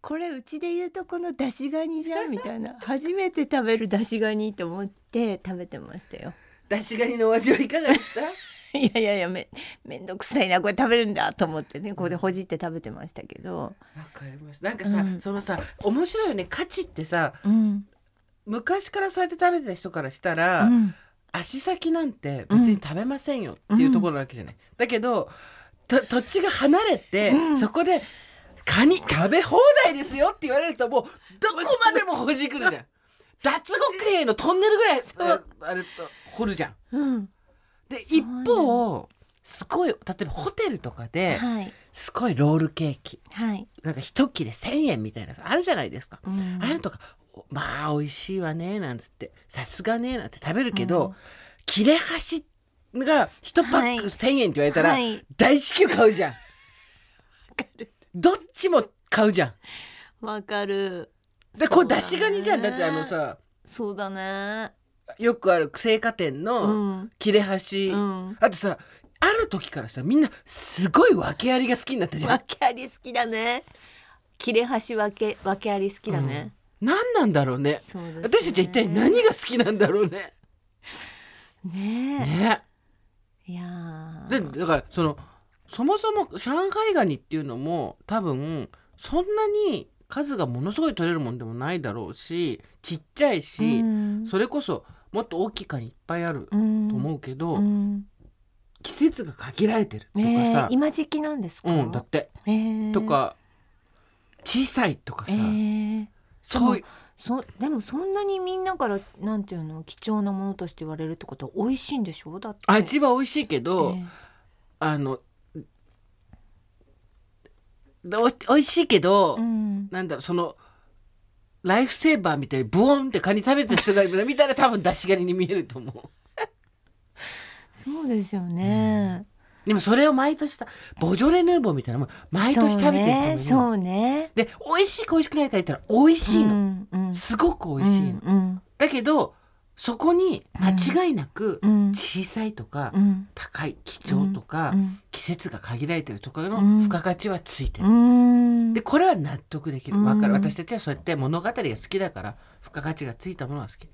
Speaker 2: これうちで言うとこの出しガニじゃんみたいな初めて食べる出しガニと思って食べてましたよ。
Speaker 1: 出しガニのお味はいかがでした
Speaker 2: いやいやいやめめんどくさいなこれ食べるんだと思ってねここでほじって食べてましたけど、
Speaker 1: わかりますなんかさ、
Speaker 2: うん
Speaker 1: そのさ面白いよね価値ってさ
Speaker 2: うん
Speaker 1: 昔からそうやって食べてた人からしたら、
Speaker 2: うん
Speaker 1: 足先なんて別に食べませんよっていうところなわけじゃない、だけどと土地が離れて、
Speaker 2: うん
Speaker 1: そこでカニ食べ放題ですよって言われるともうどこまでもほじくるじゃん脱獄兵のトンネルぐらい
Speaker 2: そう
Speaker 1: ああれと掘るじゃん
Speaker 2: うん
Speaker 1: で
Speaker 2: う
Speaker 1: 一方すごい例えばホテルとかで
Speaker 2: はい
Speaker 1: すごいロールケーキ
Speaker 2: はい、
Speaker 1: なんか一切れ1,000円みたいなさあるじゃないですか、
Speaker 2: うん
Speaker 1: ああいうのとかおまあ美味しいわねなんつってさすがねなんて食べるけど、
Speaker 2: うん
Speaker 1: 切れ端が1パック
Speaker 2: はい
Speaker 1: 1,000円って言われたら、
Speaker 2: はい
Speaker 1: 大至急買うじゃん
Speaker 2: かる
Speaker 1: どっちも買うじゃ
Speaker 2: わかる
Speaker 1: んでこ
Speaker 2: そう
Speaker 1: れ
Speaker 2: だ
Speaker 1: 出
Speaker 2: ね
Speaker 1: しガニじゃんだってあのさ
Speaker 2: そうだね
Speaker 1: よくある青果店
Speaker 2: う
Speaker 1: の
Speaker 2: ん
Speaker 1: 切れ端、
Speaker 2: うん
Speaker 1: あとさある時からさみんなすごい訳ありが好きになったじゃん
Speaker 2: わけあり好きだね切れ端わけわけあり好きだね、
Speaker 1: 何なんだろうね
Speaker 2: そうですね
Speaker 1: 私たちは一体何が好きなんだろうね
Speaker 2: ね
Speaker 1: ね
Speaker 2: いやー
Speaker 1: でだからそのそもそも上海ガニっていうのも多分そんなに数がものすごい取れるもんでもないだろうしちっちゃいし、
Speaker 2: うん
Speaker 1: それこそもっと大きいカニいっぱいある
Speaker 2: う
Speaker 1: と
Speaker 2: ん
Speaker 1: 思うけど、
Speaker 2: うん
Speaker 1: 季節が限られてるとか
Speaker 2: ねえ
Speaker 1: さ、
Speaker 2: 今時期なんですか、
Speaker 1: うん、だって、
Speaker 2: えー
Speaker 1: とか小さいとかさ、
Speaker 2: えー
Speaker 1: そういう
Speaker 2: そでもそんなにみんなからなんていうの貴重なものとして言われるってことは美味しいんでしょうだって
Speaker 1: 味は美味しいけど、
Speaker 2: えー
Speaker 1: あのお美味しいけど、
Speaker 2: うん
Speaker 1: なんだろうそのライフセーバーみたいにブオンってカニ食べてる人がいるみたいな多分出し狩りに見えると思う
Speaker 2: そうですよね、
Speaker 1: でもそれを毎年さボジョレ・ヌーボーみたいなもん毎年食べてる人もいるの
Speaker 2: そうね
Speaker 1: で美味しいか美味しくないか言ったら美味し
Speaker 2: そうね
Speaker 1: い
Speaker 2: う
Speaker 1: の、
Speaker 2: んうん
Speaker 1: すごく美味しいの、
Speaker 2: うん
Speaker 1: だけどそこに間違いなく
Speaker 2: うんうん
Speaker 1: 小さいとか、
Speaker 2: うん
Speaker 1: 高い貴重とか、
Speaker 2: うん
Speaker 1: 季節が限られてるとかの
Speaker 2: うん
Speaker 1: 付加価値はついてる、
Speaker 2: うん
Speaker 1: でこれは納得できる
Speaker 2: うん
Speaker 1: わかる私たちはそうやって物語が好きだから付加価値がついたものが好き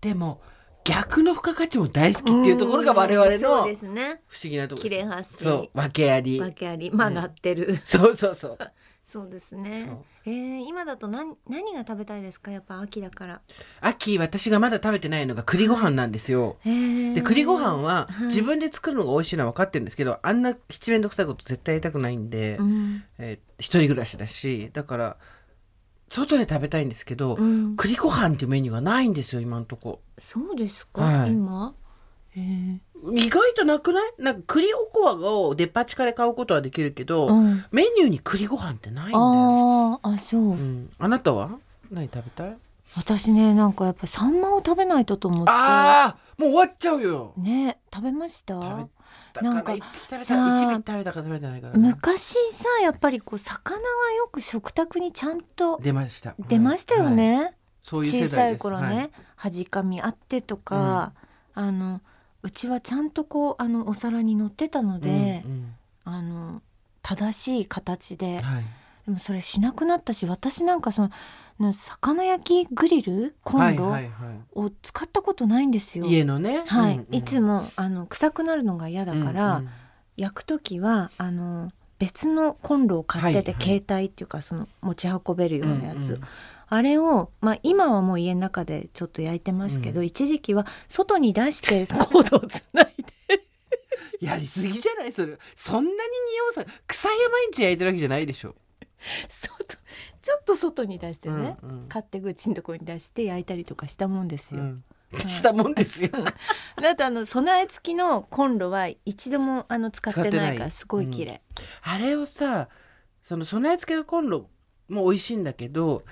Speaker 1: でも逆の付加価値も大好きっていうところが我々の
Speaker 2: うん
Speaker 1: 不
Speaker 2: そう
Speaker 1: 思
Speaker 2: ですね
Speaker 1: 議なところ
Speaker 2: 切れ端
Speaker 1: そう訳あり
Speaker 2: 訳あり曲がってる、
Speaker 1: そうそうそう
Speaker 2: そうですね
Speaker 1: そう
Speaker 2: えー、今だと何何が食べたいですかやっぱ秋だから
Speaker 1: 秋私がまだ食べてないのが栗ご飯なんですよ
Speaker 2: えー
Speaker 1: で栗ご飯は
Speaker 2: はい
Speaker 1: 自分で作るのが美味しいのは分かってるんですけどあんな七面倒くさいこと絶対やりたくないんで、
Speaker 2: うん
Speaker 1: えー一人暮らしだしだから外で食べたいんですけど、
Speaker 2: うん
Speaker 1: 栗ご飯っていうメニューがないんですよ今のとこ
Speaker 2: そうですか、
Speaker 1: はい
Speaker 2: 今えー
Speaker 1: 意外となくないなんか栗おこわをデパ地下で買うことはできるけど、
Speaker 2: うん
Speaker 1: メニューに栗ご飯ってないんだよ、
Speaker 2: あーあそう、
Speaker 1: うん、あなたは何食べたい
Speaker 2: 私ねなんかやっぱサンマを食べないとと思って
Speaker 1: ああもう終わっちゃうよ
Speaker 2: ね食べました
Speaker 1: 食べ
Speaker 2: な
Speaker 1: た
Speaker 2: ん
Speaker 1: か
Speaker 2: から
Speaker 1: 一匹食べた
Speaker 2: さあ
Speaker 1: 一匹食べたか食べてないからね、
Speaker 2: 昔さやっぱりこう魚がよく食卓にちゃんと
Speaker 1: 出ました
Speaker 2: 出ましたよ
Speaker 1: はい
Speaker 2: ね、
Speaker 1: そういう世
Speaker 2: 小
Speaker 1: 代です
Speaker 2: さい頃
Speaker 1: は
Speaker 2: ねはじかみあってとか、あのうちはちゃんとこうあのお皿に乗ってたの
Speaker 1: うん
Speaker 2: で、
Speaker 1: うん
Speaker 2: あの正しい形で
Speaker 1: はい
Speaker 2: でもそれしなくなったし私なんかそのの魚焼きグリルコ
Speaker 1: は
Speaker 2: ン
Speaker 1: いは
Speaker 2: ロ
Speaker 1: いは
Speaker 2: を使ったことないんです
Speaker 1: い
Speaker 2: よ。
Speaker 1: 家のね
Speaker 2: はい
Speaker 1: うんうん
Speaker 2: いつもあの臭くなるのが嫌だから、
Speaker 1: うんうん
Speaker 2: 焼く時はあの別のコンロを買ってて、
Speaker 1: はいはい
Speaker 2: 携帯っていうかその持ち運べるようなやつ、
Speaker 1: うんうん
Speaker 2: あれを、まあ、今はもう家の中でちょっと焼いてますけど、一時期は外に出してコードをつないで
Speaker 1: やりすぎじゃないそれそんなに匂うさ草山毎日焼いてるわけじゃないでしょ
Speaker 2: 外ちょっと外に出してね、
Speaker 1: うんうん
Speaker 2: 勝手口のところに出して焼いたりとかしたもんですよ。
Speaker 1: うん したもんですよ
Speaker 2: あとあの備え付きのコンロは一度もあの使って
Speaker 1: 使っ
Speaker 2: な
Speaker 1: て
Speaker 2: い
Speaker 1: な
Speaker 2: か
Speaker 1: い
Speaker 2: らすごい綺麗、
Speaker 1: あれをさその備え付けのコンロも美味しいんだけど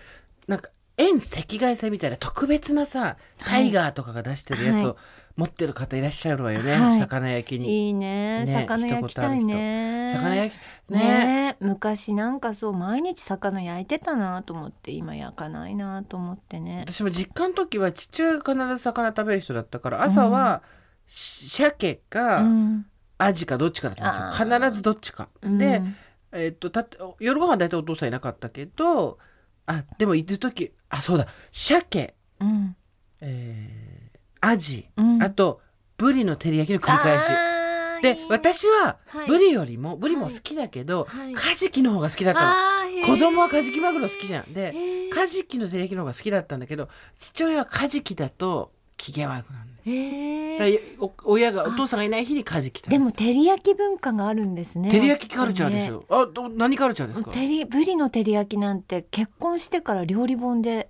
Speaker 1: なんか遠赤外線みたいな特別なさタイガーとかが出してるやつ
Speaker 2: は
Speaker 1: を持ってる方いらっしゃるわよね、
Speaker 2: はい
Speaker 1: 魚焼きに。
Speaker 2: いいね
Speaker 1: ね
Speaker 2: 魚焼きたいね
Speaker 1: 魚焼きね
Speaker 2: ね昔なんかそう毎日魚焼いてたなと思って今焼かないなと思ってね
Speaker 1: 私も実家の時は父親が必ず魚食べる人だったから朝はし鮭か
Speaker 2: うん
Speaker 1: アジかどっちかだったんですよ
Speaker 2: あー
Speaker 1: 必ずどっちか。
Speaker 2: うん
Speaker 1: で、えっとたって夜ご飯は大体お父さんいなかったけどあでもいる時あそうだ鮭、
Speaker 2: うん
Speaker 1: えーアジ
Speaker 2: うん
Speaker 1: あとブリの照り焼きの繰り返し
Speaker 2: あーい
Speaker 1: で私は
Speaker 2: はい
Speaker 1: ブリよりもブリも
Speaker 2: はい
Speaker 1: 好きだけど、
Speaker 2: はい
Speaker 1: カジキの方が好きだか
Speaker 2: あーへー
Speaker 1: ら子供はカジキマグロ好きじゃん
Speaker 2: へ
Speaker 1: で
Speaker 2: ー
Speaker 1: カジキの照り焼きの方が好きだったんだけど父親はカジキだと機嫌悪くなるの
Speaker 2: へー
Speaker 1: だからお親がお父さんがいない日にカジキ食べ
Speaker 2: で
Speaker 1: る
Speaker 2: も照り焼き文化があるんですね
Speaker 1: 照り焼きカルチャーですよ、あど何カルチャーですか
Speaker 2: 照りブリの照り焼きなんて結婚してから料理本で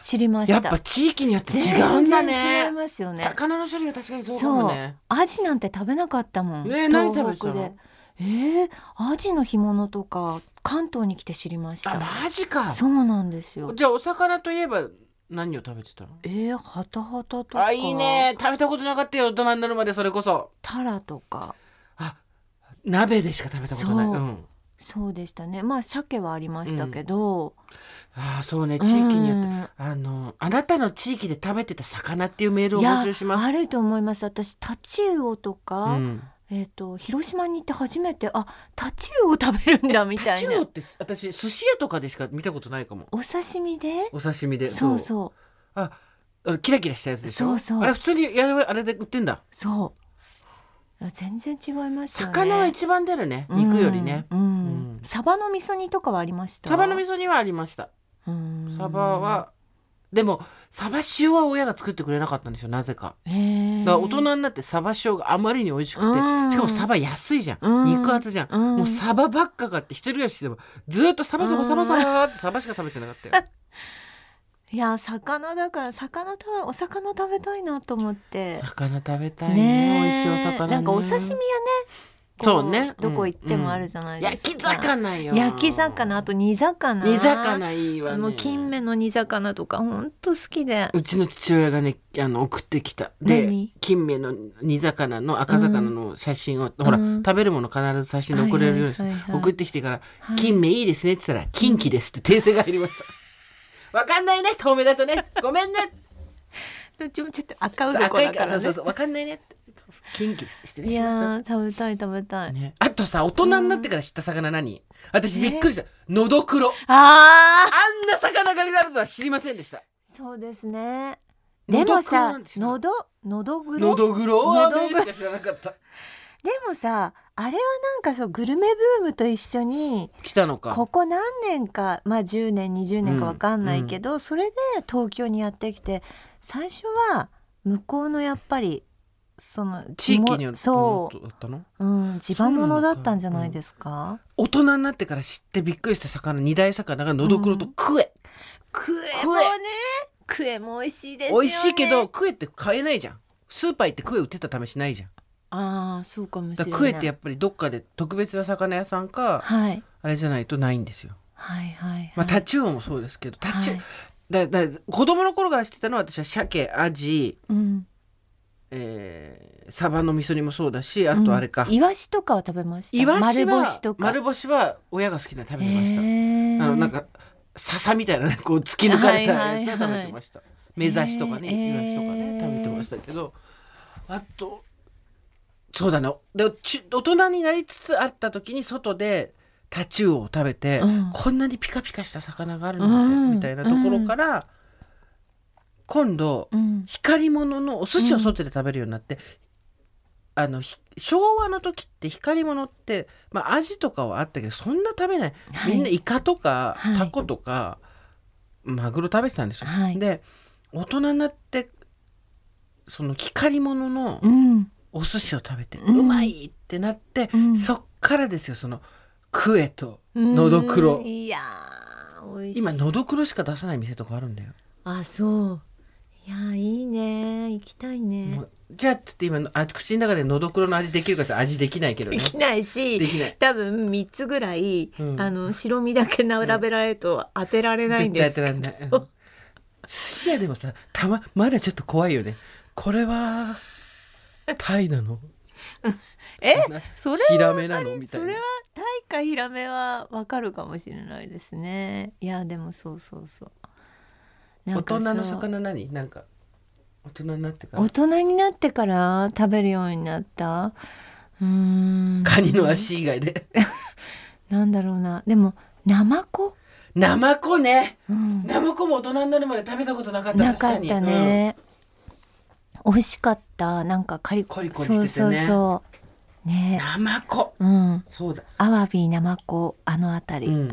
Speaker 2: 知りました
Speaker 1: やっぱ地域によって違うんだ
Speaker 2: 全然違い
Speaker 1: ね
Speaker 2: ますよね
Speaker 1: 魚の処理は確かにそうか
Speaker 2: そ
Speaker 1: も
Speaker 2: う
Speaker 1: ね
Speaker 2: アジなんて食べなかったもん、
Speaker 1: ねえ何食べ
Speaker 2: 東
Speaker 1: てた
Speaker 2: 北
Speaker 1: の
Speaker 2: でえー、アジの干物とか関東に来て知りまし
Speaker 1: あ
Speaker 2: た
Speaker 1: マジか
Speaker 2: そうなんですよ
Speaker 1: じゃあお魚といえば何を食べてたの
Speaker 2: えー、ハタハタとか
Speaker 1: あいいね食べたことなかったよ大人になるまでそれこそ
Speaker 2: タラとか
Speaker 1: あ鍋でしか食べたことない、
Speaker 2: そう
Speaker 1: うん、
Speaker 2: そうでしたねまあ鮭はありましたけど、
Speaker 1: ああそうね地域によって、
Speaker 2: うん
Speaker 1: あのあなたの地域で食べてた魚っていうメールを
Speaker 2: いや
Speaker 1: 募集します
Speaker 2: あると思います私タチウオとか、
Speaker 1: うん、
Speaker 2: えっ、と広島に行って初めてあタチウオ食べるんだみ
Speaker 1: タ
Speaker 2: たい
Speaker 1: チウオ
Speaker 2: な
Speaker 1: って私寿司屋とかでしか見たことないかも
Speaker 2: お刺身で
Speaker 1: お刺身で
Speaker 2: そうそう
Speaker 1: ああキラキラしたやつでしょ
Speaker 2: そうそう
Speaker 1: あれ普通にやるあれで売ってんだ
Speaker 2: そうあ全然違いますよね
Speaker 1: 魚は一番出るね肉よりね、
Speaker 2: うん、うん
Speaker 1: うん
Speaker 2: サバの味噌煮とかはありました
Speaker 1: サバの味噌にはありました
Speaker 2: うん
Speaker 1: サバはでもサバ塩は親が作ってくれなかったんですよなぜか
Speaker 2: へー
Speaker 1: だから大人になってサバ塩があまりに美味しくて、
Speaker 2: うん
Speaker 1: しかもサバ安いじゃん、
Speaker 2: うん
Speaker 1: 肉厚じゃん、
Speaker 2: うん
Speaker 1: もうサバばっか買って一人暮らししてもずっとサバサバサバサバってサバしか食べてなかったよ
Speaker 2: いや魚だから魚食べお魚食べたいなと思って
Speaker 1: 魚食べたいね
Speaker 2: ねえ
Speaker 1: 美味しいお魚、ね、
Speaker 2: なんかお刺身はねこ
Speaker 1: そうね
Speaker 2: どこ行ってもあるじゃ
Speaker 1: ゃ
Speaker 2: ないで
Speaker 1: 焼
Speaker 2: すか、
Speaker 1: き魚よ
Speaker 2: 焼き魚あと煮魚
Speaker 1: 煮魚いいわね
Speaker 2: もう金目の煮魚とか本当好きで
Speaker 1: うちの父親がねあの送ってきたで
Speaker 2: 何
Speaker 1: 金目の煮魚の赤魚の写真を、ほら、
Speaker 2: うん
Speaker 1: 食べるもの必ず写真で送れるようにして、
Speaker 2: はいはいはいはい
Speaker 1: 送ってきてから「
Speaker 2: はい
Speaker 1: 金目いいですね」って言ったら「金気です」って訂正が入りました。わかんないね遠目だとねご めんね
Speaker 2: どっちもちょっと赤うどこ
Speaker 1: 赤い
Speaker 2: だ
Speaker 1: か
Speaker 2: から
Speaker 1: そ
Speaker 2: ら
Speaker 1: うそう
Speaker 2: ね
Speaker 1: そうわかんないねって金気です失礼
Speaker 2: い
Speaker 1: しました
Speaker 2: やー食べたい食べたい、
Speaker 1: ね、あとさ大人になってから知った魚何私びっくりしたのどくろ
Speaker 2: あー
Speaker 1: あんな魚がになるとは知りませんでした
Speaker 2: そうですねで
Speaker 1: の
Speaker 2: も
Speaker 1: どくろ
Speaker 2: さ
Speaker 1: なんて知らない
Speaker 2: のどのどぐ
Speaker 1: の
Speaker 2: ろで
Speaker 1: どぐろは
Speaker 2: のど
Speaker 1: ね
Speaker 2: ぐ
Speaker 1: しか知らなかった
Speaker 2: もさあれはなんかそうグルメブームと一緒に
Speaker 1: 来たのか
Speaker 2: ここ何年かまあ10年20年かわかんないけど、それで東京にやってきて最初は向こうのやっぱりその
Speaker 1: 地域による
Speaker 2: そ
Speaker 1: だったの
Speaker 2: う、うん、地場ものだったんじゃないですか
Speaker 1: 大人になってから知ってびっくりした魚二大魚がのどくろとクエ、
Speaker 2: クエ
Speaker 1: も
Speaker 2: も
Speaker 1: ね
Speaker 2: ねクエも美味しいですよね
Speaker 1: 美味しいけどクエって買えないじゃんスーパー行ってクエ売ってた試しないじゃん
Speaker 2: ああそうかもし
Speaker 1: だ
Speaker 2: れ
Speaker 1: か
Speaker 2: な
Speaker 1: ら
Speaker 2: い
Speaker 1: クエってやっぱりどっかで特別な魚屋さんか
Speaker 2: はい
Speaker 1: あれじゃないとないんですよ
Speaker 2: はいはいはい、
Speaker 1: まあタチウオもそうですけどタチウオ、
Speaker 2: はい
Speaker 1: だだ子供の頃から知ってたのは私は鮭アジ、
Speaker 2: うん、
Speaker 1: えー、サバの味噌煮もそうだしあとあれか、
Speaker 2: イワシとかは食べました
Speaker 1: イワシは
Speaker 2: 丸干しとか
Speaker 1: 丸干しは親が好きなの食べてました、
Speaker 2: へー
Speaker 1: あのなんか笹みたいなね こう突き抜かれたやつは
Speaker 2: はいはいはい
Speaker 1: 食べてました、目指しとかね、
Speaker 2: えー
Speaker 1: イワシとかね
Speaker 2: えー
Speaker 1: 食べてましたけどあとそうだねでち大人になりつつあった時に外でタチウオを食べて、
Speaker 2: うん
Speaker 1: こんなにピカピカした魚があるなんて、
Speaker 2: うん
Speaker 1: みたいなところから、今度
Speaker 2: うん
Speaker 1: 光り物のお寿司を外で食べるようになって、あのひ昭和の時って光り物って、まあ、アジとかはあったけどそんな食べない、
Speaker 2: はい
Speaker 1: みんなイカとか、
Speaker 2: はい
Speaker 1: タコとかマグロ食べてたんですよ。
Speaker 2: はい
Speaker 1: で大人になってその光り物の
Speaker 2: うん
Speaker 1: お寿司を食べて、う
Speaker 2: うん
Speaker 1: まいってなって、
Speaker 2: うん
Speaker 1: そっからですよそのクエとのどくろ
Speaker 2: うんいやー美味しい
Speaker 1: 今のどくろしか出さない店とかあるんだよ。
Speaker 2: あそういやーいいね行きたい
Speaker 1: も
Speaker 2: ね
Speaker 1: うじゃあちょっと今のあ口の中でのどくろの味できるかって味できないけど
Speaker 2: で
Speaker 1: ね。
Speaker 2: きない
Speaker 1: で
Speaker 2: し
Speaker 1: きない。
Speaker 2: 多分三つぐらい、
Speaker 1: うん
Speaker 2: あの白身だけ並べられると当てられないん
Speaker 1: 絶
Speaker 2: で
Speaker 1: 対
Speaker 2: す
Speaker 1: 当てらんない。うん寿司屋でもさ、たま、まだちょっと怖いよね。これは、タイなの
Speaker 2: えそれは
Speaker 1: ヒラメなのみた
Speaker 2: そ
Speaker 1: いな
Speaker 2: れは。タイかヒラメはわかるかもしれないですねいやでもそうそうそうな
Speaker 1: 大
Speaker 2: んか
Speaker 1: 人
Speaker 2: さ
Speaker 1: の魚何なんか、大人になってか
Speaker 2: 大
Speaker 1: ら。
Speaker 2: 人になってから食べるようになったうーん
Speaker 1: カニの足以外で。
Speaker 2: なんだろうなでもナマコ、
Speaker 1: ナマコね。
Speaker 2: うん、
Speaker 1: ナマコも大人になるまで食べたことなかった。
Speaker 2: な
Speaker 1: 確
Speaker 2: か
Speaker 1: か
Speaker 2: っ
Speaker 1: に。
Speaker 2: たね、美味しかったなんかカリ
Speaker 1: コリコリしててね
Speaker 2: そうそうそうね
Speaker 1: 生子
Speaker 2: うん
Speaker 1: そうだ、
Speaker 2: アワビナマコあのあたり、
Speaker 1: う
Speaker 2: も
Speaker 1: ん、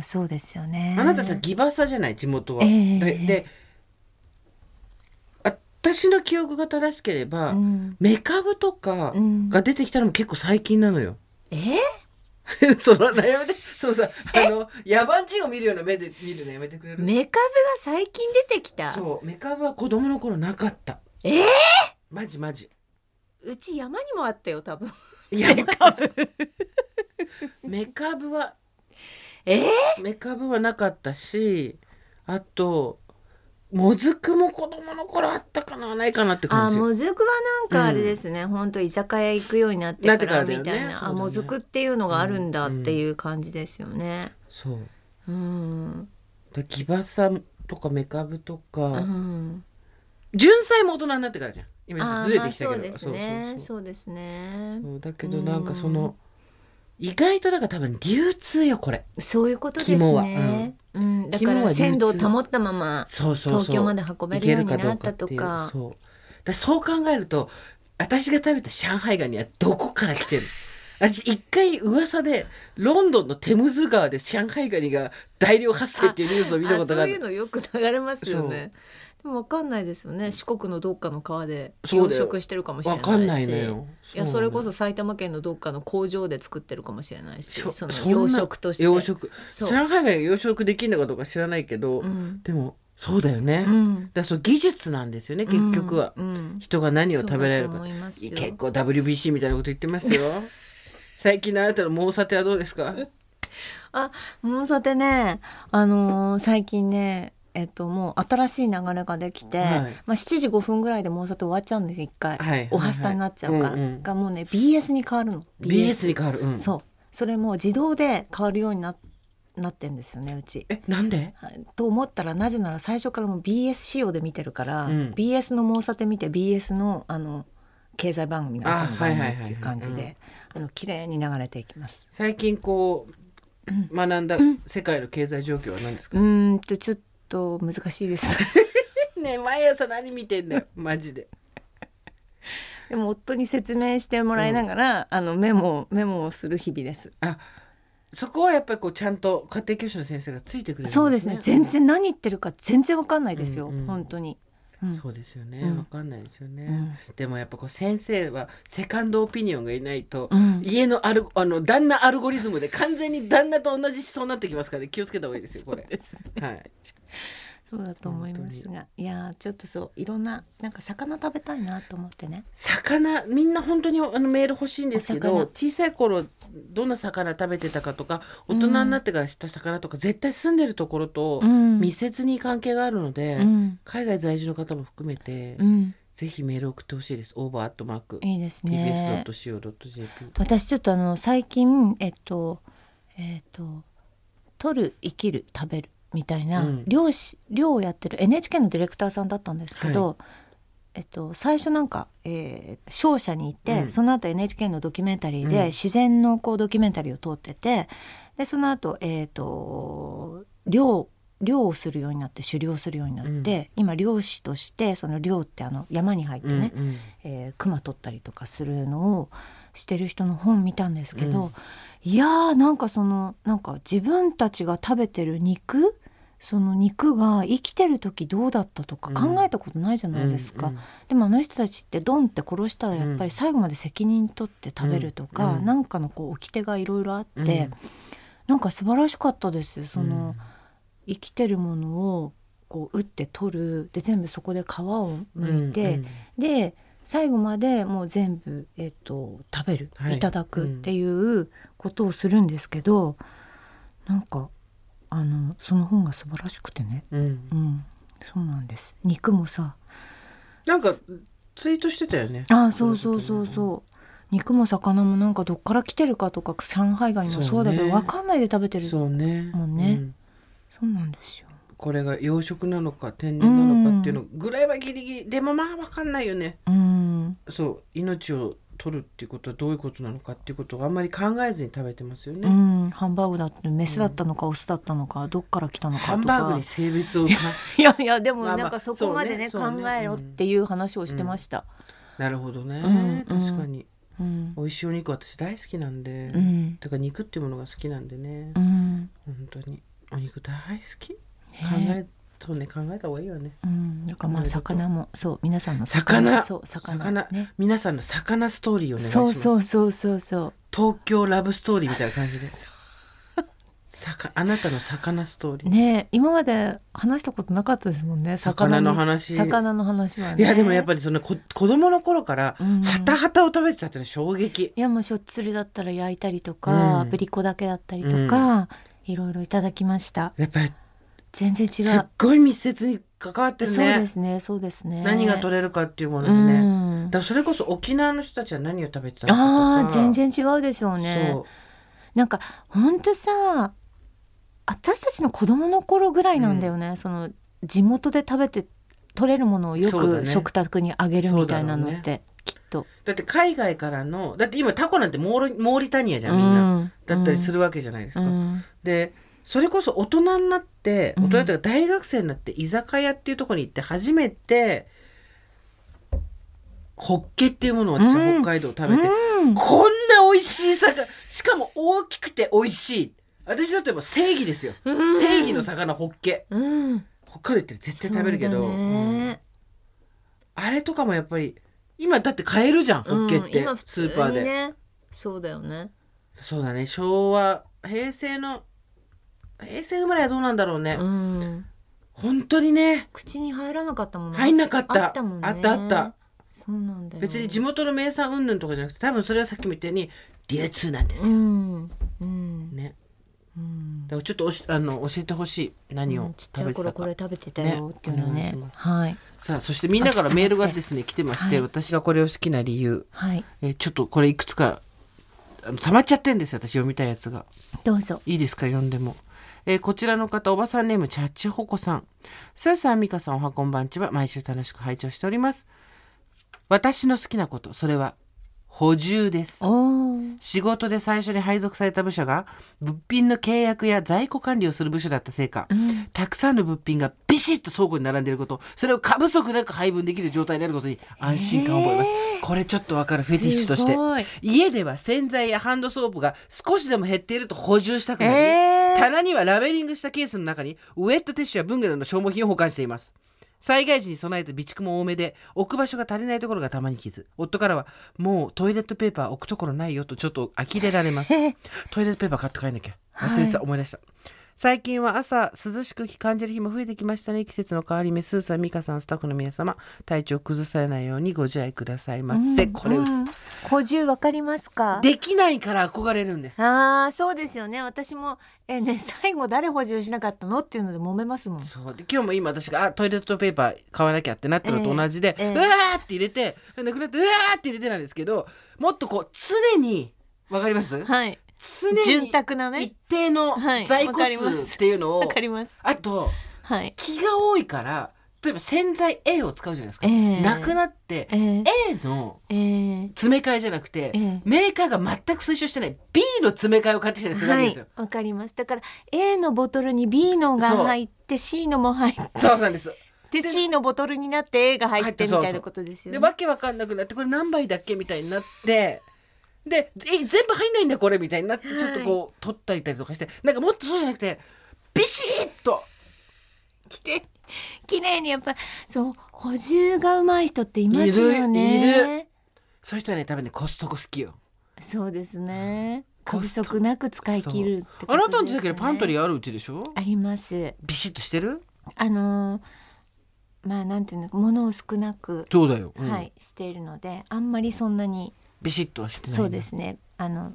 Speaker 2: うそうですよね
Speaker 1: あなたさギバサじゃない地元は、
Speaker 2: ええ
Speaker 1: でで私の記憶が正しければ、
Speaker 2: うん
Speaker 1: メカブとか
Speaker 2: うん
Speaker 1: が出てきたのも結構最近なのよ。
Speaker 2: え
Speaker 1: その悩めてそのさあの野蛮人を見るような目で見るのやめてくれる
Speaker 2: メカブが最近出てきた
Speaker 1: そうメカブは子供の頃なかった
Speaker 2: ええ
Speaker 1: マジマジ
Speaker 2: うち山にもあったよ多分
Speaker 1: いやメカブ メカブは
Speaker 2: ええ
Speaker 1: メカブはなかったしあともずくも子供の頃あったかなないかなって
Speaker 2: あ
Speaker 1: 感じ
Speaker 2: もずくはなんかあれですね、ほんと居酒屋行くようになって
Speaker 1: なっ
Speaker 2: か
Speaker 1: てかららだよ
Speaker 2: み
Speaker 1: ね
Speaker 2: たいな、
Speaker 1: そうだ
Speaker 2: あ
Speaker 1: ね
Speaker 2: もずくっていうのがあるんだっていう感じですよね
Speaker 1: そう
Speaker 2: うん
Speaker 1: でギバサとかメカブとか、
Speaker 2: うん、
Speaker 1: 純菜も大人になってからじゃん
Speaker 2: あ
Speaker 1: 今
Speaker 2: ー
Speaker 1: ずれてきた
Speaker 2: まあ
Speaker 1: け
Speaker 2: そう
Speaker 1: ど、
Speaker 2: ですね
Speaker 1: そう
Speaker 2: そ
Speaker 1: そうそう
Speaker 2: うですね
Speaker 1: そうだけどなんかその意外とだから多分流通よこれ
Speaker 2: そういうことです
Speaker 1: 肝は
Speaker 2: ね、うんだか
Speaker 1: 肝は
Speaker 2: ら
Speaker 1: 流通
Speaker 2: 鮮度を保ったまま
Speaker 1: そうそう
Speaker 2: 東
Speaker 1: そう
Speaker 2: 京まで運べるようになったと
Speaker 1: いけるどうかっ
Speaker 2: か
Speaker 1: ていうそうだそう考えると私が食べた上海ガニはどこから来てるの私一回噂でロンドンのテムズ川で上海ガニが大量発生っていうニュースを見たことがあ
Speaker 2: あそういう
Speaker 1: る
Speaker 2: のよく流れますよねでもわかんないですよね四国のどっかの川で
Speaker 1: そ
Speaker 2: 養
Speaker 1: うだよ
Speaker 2: 殖してるかもしれ
Speaker 1: わ
Speaker 2: ないし
Speaker 1: かんないのよ
Speaker 2: いやそれこ
Speaker 1: そ
Speaker 2: そ埼玉県のどっかの工場で作ってるかもしれないし
Speaker 1: そ
Speaker 2: その
Speaker 1: そんな
Speaker 2: 養殖として
Speaker 1: う養殖
Speaker 2: そう
Speaker 1: 上海ガニが養殖できるのかどうか知らないけど、
Speaker 2: うん
Speaker 1: でもそうだよね、
Speaker 2: う
Speaker 1: だか
Speaker 2: ん
Speaker 1: らそう技術なんですよね結局は、
Speaker 2: うん
Speaker 1: 人が何を食べられる
Speaker 2: そうだと
Speaker 1: か
Speaker 2: 思いますよ
Speaker 1: 結構 WBC みたいなこと言ってま すよ最近のあなたの猛査定はどうですか
Speaker 2: あもうさてねあのー最近ねえっともう新しい流れができて、
Speaker 1: はい
Speaker 2: まあ7時5分ぐらいでもうさて終わっちゃうんです一回、
Speaker 1: はい
Speaker 2: おはスタになっちゃうから、
Speaker 1: はいはいうんうん
Speaker 2: がもうね BS に変わるの
Speaker 1: BS に変わる、うん、
Speaker 2: そうそれもう自動で変わるようにななってんですよねうち
Speaker 1: えなんで
Speaker 2: はいと思ったらなぜなら最初からもう BS 仕様で見てるから、
Speaker 1: うん
Speaker 2: BS の猛者で見て BS のあの経済番組の朝の番組っていう感じ
Speaker 1: あはいはいはいは
Speaker 2: であの綺麗に流れていきます。
Speaker 1: 最近こう学んだ世界の経済状況は何です
Speaker 2: う
Speaker 1: か、
Speaker 2: ーんとちょっと難しい です。
Speaker 1: ねえ毎朝何見てんだよマジで
Speaker 2: でも夫に説明してもらいながら、あのメモメモをする日々です。
Speaker 1: あそこはやっぱりこうちゃんと家庭教師の先生がついてくれるん
Speaker 2: そうですね。全然何言ってるか全然わかんないですよ。
Speaker 1: うんうん
Speaker 2: 本当に。うん
Speaker 1: そうですよね
Speaker 2: うん
Speaker 1: わかんないですよね、
Speaker 2: うん
Speaker 1: でもやっぱこう先生はセカンドオピニオンがいないと、
Speaker 2: うん
Speaker 1: 家のアルあの旦那アルゴリズムで完全に旦那と同じ思想になってきますから、ね、気をつけた方がいいですよ これ。はい、
Speaker 2: そうだと思いますが、いやーちょっとそういろんななんか魚食べたいなと思ってね。
Speaker 1: 魚みんな本当にあのメール欲しいんですけど
Speaker 2: お魚
Speaker 1: 小さい頃どんな魚食べてたかとか大人になってから知った魚とか、絶対住んでるところと
Speaker 2: ん
Speaker 1: 密接に関係があるので、
Speaker 2: うん
Speaker 1: 海外在住の方も含めて、
Speaker 2: うん
Speaker 1: ぜひメール送ってほしいです。オーバーアットマーク
Speaker 2: いいですね。
Speaker 1: tbs.co.jp
Speaker 2: 私ちょっとあの最近えっとえっと取る生きる食べるみたいな、
Speaker 1: うん
Speaker 2: 漁師漁をやってる NHK のディレクターさんだったんですけど、えっと最初なんか、えー商社に行って、
Speaker 1: うん
Speaker 2: その後 NHK のドキュメンタリーで、
Speaker 1: うん
Speaker 2: 自然のこうドキュメンタリーを通っててでその後えっ、と漁漁をするようになって狩猟するようになって、今漁師としてその漁ってあの山に入ってね、
Speaker 1: うんうん
Speaker 2: えー、熊取ったりとかするのをしてる人の本見たんですけど、いやーなんかそのなんか自分たちが食べてる肉その肉が生きてる時どうだったとか
Speaker 1: うん
Speaker 2: 考えたことないじゃないですか、
Speaker 1: うんうん
Speaker 2: でもあの人たちってドンって殺したらやっぱり最後まで責任取って食べるとか、
Speaker 1: うんうん
Speaker 2: なんかのこう掟がいろいろあって、
Speaker 1: うん
Speaker 2: なんか素晴らしかったですよその、
Speaker 1: うん
Speaker 2: 生きてるものをこう打って取るで全部そこで皮を剥いて、
Speaker 1: うんうん
Speaker 2: で最後までもう全部、えっと食べる、
Speaker 1: はい
Speaker 2: い、ただくっていうことをするんですけど、なんかあのその本が素晴らしくてね、
Speaker 1: うん
Speaker 2: うん、そうなんです肉もさ
Speaker 1: なんかツイートしてたよね。
Speaker 2: あそうそうそう
Speaker 1: そいう
Speaker 2: う
Speaker 1: こ
Speaker 2: そう肉も魚もなんかどっから来てるかとか上海ガニもそうだけど
Speaker 1: そうね
Speaker 2: 分かんないで食べてるそう,、
Speaker 1: そうね。
Speaker 2: もうね
Speaker 1: ん
Speaker 2: なんですよ。
Speaker 1: これが養殖なのか天然なのかっていうのぐらいはギリギリでもまあわかんないよね。
Speaker 2: うん
Speaker 1: そう命を取るっていうことはどういうことなのかっていうことをあんまり考えずに食べてますよ
Speaker 2: う
Speaker 1: ね。
Speaker 2: ん、ハンバーグだってメスだったのかオスだったのかどっから来たのかとか
Speaker 1: ハンバーグに性別をか
Speaker 2: いやいやでも
Speaker 1: まあまあ
Speaker 2: なんかそこまでね,、
Speaker 1: そうねそうね
Speaker 2: 考えろっていう話をしてました、
Speaker 1: なるほどね、
Speaker 2: うんうん
Speaker 1: 確かに
Speaker 2: うん
Speaker 1: 美味しいお肉私大好きなんで、
Speaker 2: うん
Speaker 1: だから肉っていうものが好きなんでね
Speaker 2: う、ん
Speaker 1: 本当にお肉大好き考
Speaker 2: ね
Speaker 1: えそうね考えた方がいいよね
Speaker 2: うんだからまあ魚もそう皆さんの
Speaker 1: 魚
Speaker 2: そう魚
Speaker 1: 魚
Speaker 2: ね
Speaker 1: 皆さんの魚ストーリーをお願いし
Speaker 2: そ
Speaker 1: ま
Speaker 2: う
Speaker 1: す
Speaker 2: そうそうそうそう
Speaker 1: 東京ラブストーリーみたいな感じで魚あなたの魚ストーリー、
Speaker 2: ね今まで話したことなかったですもんね
Speaker 1: 魚の話
Speaker 2: 魚の話はね
Speaker 1: いやでもやっ
Speaker 2: り
Speaker 1: ぱりそのこ子供の頃から
Speaker 2: うん
Speaker 1: ハタハタを食べてたってのは衝撃
Speaker 2: いやもうしょっつりだったら焼いたりとか、
Speaker 1: うん
Speaker 2: ぶりこだけだったりとか、いろいろいただきました
Speaker 1: やっぱり
Speaker 2: 全然違
Speaker 1: すっ
Speaker 2: う
Speaker 1: ごい密接に関わってる
Speaker 2: そうで
Speaker 1: ね
Speaker 2: すねそうですね
Speaker 1: 何が取れるかっていうもの
Speaker 2: う
Speaker 1: にね、
Speaker 2: ん、
Speaker 1: だからそれこそ沖縄の人たちは何を食べてたの
Speaker 2: あ
Speaker 1: かとか
Speaker 2: ー全然違うでしょうね
Speaker 1: そう
Speaker 2: なんかほんとさ私たちの子供の頃ぐらいなんだよね、その地元で食べて取れるものをよ
Speaker 1: そうだね
Speaker 2: く食卓にあげるみたいなのって、きっと
Speaker 1: だって海外からのだって今タコなんてモールモーリタニアじゃんみんな、
Speaker 2: ん
Speaker 1: だったりす
Speaker 2: る
Speaker 1: るわけじゃないです
Speaker 2: う
Speaker 1: か、
Speaker 2: ん
Speaker 1: でそれこそ大人になって
Speaker 2: うん
Speaker 1: 大人というか大学生になって居酒屋っていうところに行って初めてホッケっていうものを私は北海道食べて、
Speaker 2: うん
Speaker 1: こんな美味しい魚しかも大きくて美味しい私だとやっぱ正義ですよ、
Speaker 2: うん
Speaker 1: 正義の魚ホッケ
Speaker 2: うん
Speaker 1: 北海道行って絶対食べるけど、
Speaker 2: そうだね
Speaker 1: あれとかもやっぱり今だって買えるじゃんホッケって、
Speaker 2: うん今普
Speaker 1: ス
Speaker 2: 通に
Speaker 1: ーパーで、
Speaker 2: ね、そうだよね
Speaker 1: そうだね昭和平成の平成生まれはどうなんだろうね、
Speaker 2: うん
Speaker 1: 本当にね
Speaker 2: 口に入らなかったもん
Speaker 1: 入んなかった
Speaker 2: あったもんね
Speaker 1: あったあった
Speaker 2: そうなんだよ
Speaker 1: 別に地元の名産云々とかじゃなくて多分それはさっきも言ったように流通なんです
Speaker 2: う
Speaker 1: よ、
Speaker 2: んうん
Speaker 1: ね
Speaker 2: うん
Speaker 1: だからちょっとおしあの教えてほしい何
Speaker 2: う
Speaker 1: を
Speaker 2: んちっちゃ
Speaker 1: 食べ
Speaker 2: い
Speaker 1: てた
Speaker 2: 頃
Speaker 1: か、
Speaker 2: これ食べてたよっていうの
Speaker 1: ねお願い
Speaker 2: ね
Speaker 1: します
Speaker 2: はい
Speaker 1: さあそしてみんなからメールがですね来てまして、
Speaker 2: はい
Speaker 1: 私がこれを好きな理由、
Speaker 2: はい
Speaker 1: えーちょっとこれいくつかあの溜まっちゃってんですよ私読みたいやつが
Speaker 2: どうぞ
Speaker 1: いいですか読んでも。えーこちらの方、おばさんネーム、チャッチホコさん。スーさん、ミカさん、おはこんばんちは、毎週楽しく拝聴しております。私の好きなこと、それは、補充です。
Speaker 2: おー
Speaker 1: 仕事で最初に配属された部署が、物品の契約や在庫管理をする部署だったせいか、
Speaker 2: うん
Speaker 1: たくさんの物品がビシッと倉庫に並んでいること、それを過不足なく配分できる状態であることに安心感を覚えます。これちょっとわかるフェティッシュとして
Speaker 2: すごい。
Speaker 1: 家では洗剤やハンドソープが少しでも減っていると補充したくなり、
Speaker 2: えー
Speaker 1: 棚にはラベリングしたケースの中にウェットティッシュや文具などの消耗品を保管しています災害時に備えて備蓄も多めで置く場所が足りないところがたまに傷夫からは「もうトイレットペーパー置くところないよ」とちょっと呆れられま す
Speaker 2: え
Speaker 1: トイレットペーパー買って帰んなきゃ忘れてた、
Speaker 2: は
Speaker 1: 思い出した最近は朝涼しく感じる日も増えてきましたね季節の変わり目スーさん美香さんスタッフの皆様体調崩されないようにご自愛くださいませ、これ、う
Speaker 2: うん補充わかりますか
Speaker 1: できないから憧れるんです
Speaker 2: ああそうですよね私もえ ね最後誰補充しなかったのっていうので揉めますもん
Speaker 1: そうで今日も今私があトイレットペーパー買わなきゃってなったのと同じで、
Speaker 2: ええええ
Speaker 1: うわーって入れてなくなってうわーって入れてなんですけどもっとこう常にわかります
Speaker 2: はい
Speaker 1: 常に
Speaker 2: 潤沢なね
Speaker 1: 一定の
Speaker 2: はい
Speaker 1: 在庫
Speaker 2: わかりま
Speaker 1: 数
Speaker 2: す
Speaker 1: っていうのを、
Speaker 2: わかります
Speaker 1: あと
Speaker 2: はい
Speaker 1: 気が多いから例えば洗剤 A を使うじゃないですか、
Speaker 2: ええ
Speaker 1: なくなって
Speaker 2: えー
Speaker 1: A の
Speaker 2: えー
Speaker 1: 詰め替えじゃなくて、
Speaker 2: ええ
Speaker 1: メーカーが全く推奨してない B の詰め替えを買ってきたりするわけ
Speaker 2: は
Speaker 1: ですよ
Speaker 2: い、。わかります。だから A のボトルに B のが入って C のも入っ
Speaker 1: そうなんです
Speaker 2: て C のボトルになって A が入ってみたいなことですよ
Speaker 1: で
Speaker 2: ね。
Speaker 1: わけわかんなくなってこれ何杯だっけみたいになってでえ全部入んないんだこれみたいになって
Speaker 2: はい
Speaker 1: ちょっとこう取ったりとかしてなんかもっとそうじゃなくてビシッと
Speaker 2: 綺麗綺麗にやっぱそう補充がうまい人っています
Speaker 1: いる
Speaker 2: よ
Speaker 1: い
Speaker 2: ね。
Speaker 1: そういう人はね多分ねコストコ好きよ。
Speaker 2: そうですね。過
Speaker 1: コ
Speaker 2: 不
Speaker 1: スト
Speaker 2: 足なく使い切るってことです、ね。
Speaker 1: あなたんちだけどパントリ
Speaker 2: ー
Speaker 1: ーあるうちでしょ
Speaker 2: あります。
Speaker 1: ビシッとしてる
Speaker 2: あのーまあなんていうの物を少なく、
Speaker 1: そうだよ、うん
Speaker 2: はいしているのであんまりそんなに
Speaker 1: ビシッとはしてない
Speaker 2: そうですねあの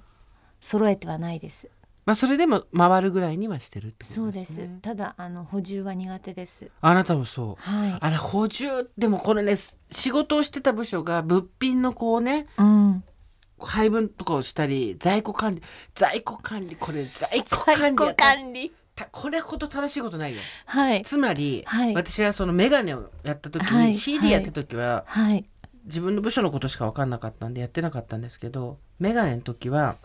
Speaker 2: 揃えてはないです。
Speaker 1: まあそれでも回るぐらいにはしてるってこと
Speaker 2: そうです。
Speaker 1: ね
Speaker 2: ただあの補充は苦手です。
Speaker 1: あなたもそう
Speaker 2: は
Speaker 1: あれ補充でもこれね仕事をしてた部署が物品のこうね
Speaker 2: い。うん。
Speaker 1: 配分とかをしたり在庫管理在庫管理これ在庫管
Speaker 2: 在
Speaker 1: 理
Speaker 2: 庫管理。
Speaker 1: たこれほど楽しいことないよ
Speaker 2: はい。
Speaker 1: つまり、
Speaker 2: はい
Speaker 1: 私はそのメガネをやった時に、
Speaker 2: はい
Speaker 1: CD やった時は、
Speaker 2: はい。
Speaker 1: 自分の部署のことしか分かんなかったんでやってなかったんですけどメガネの時は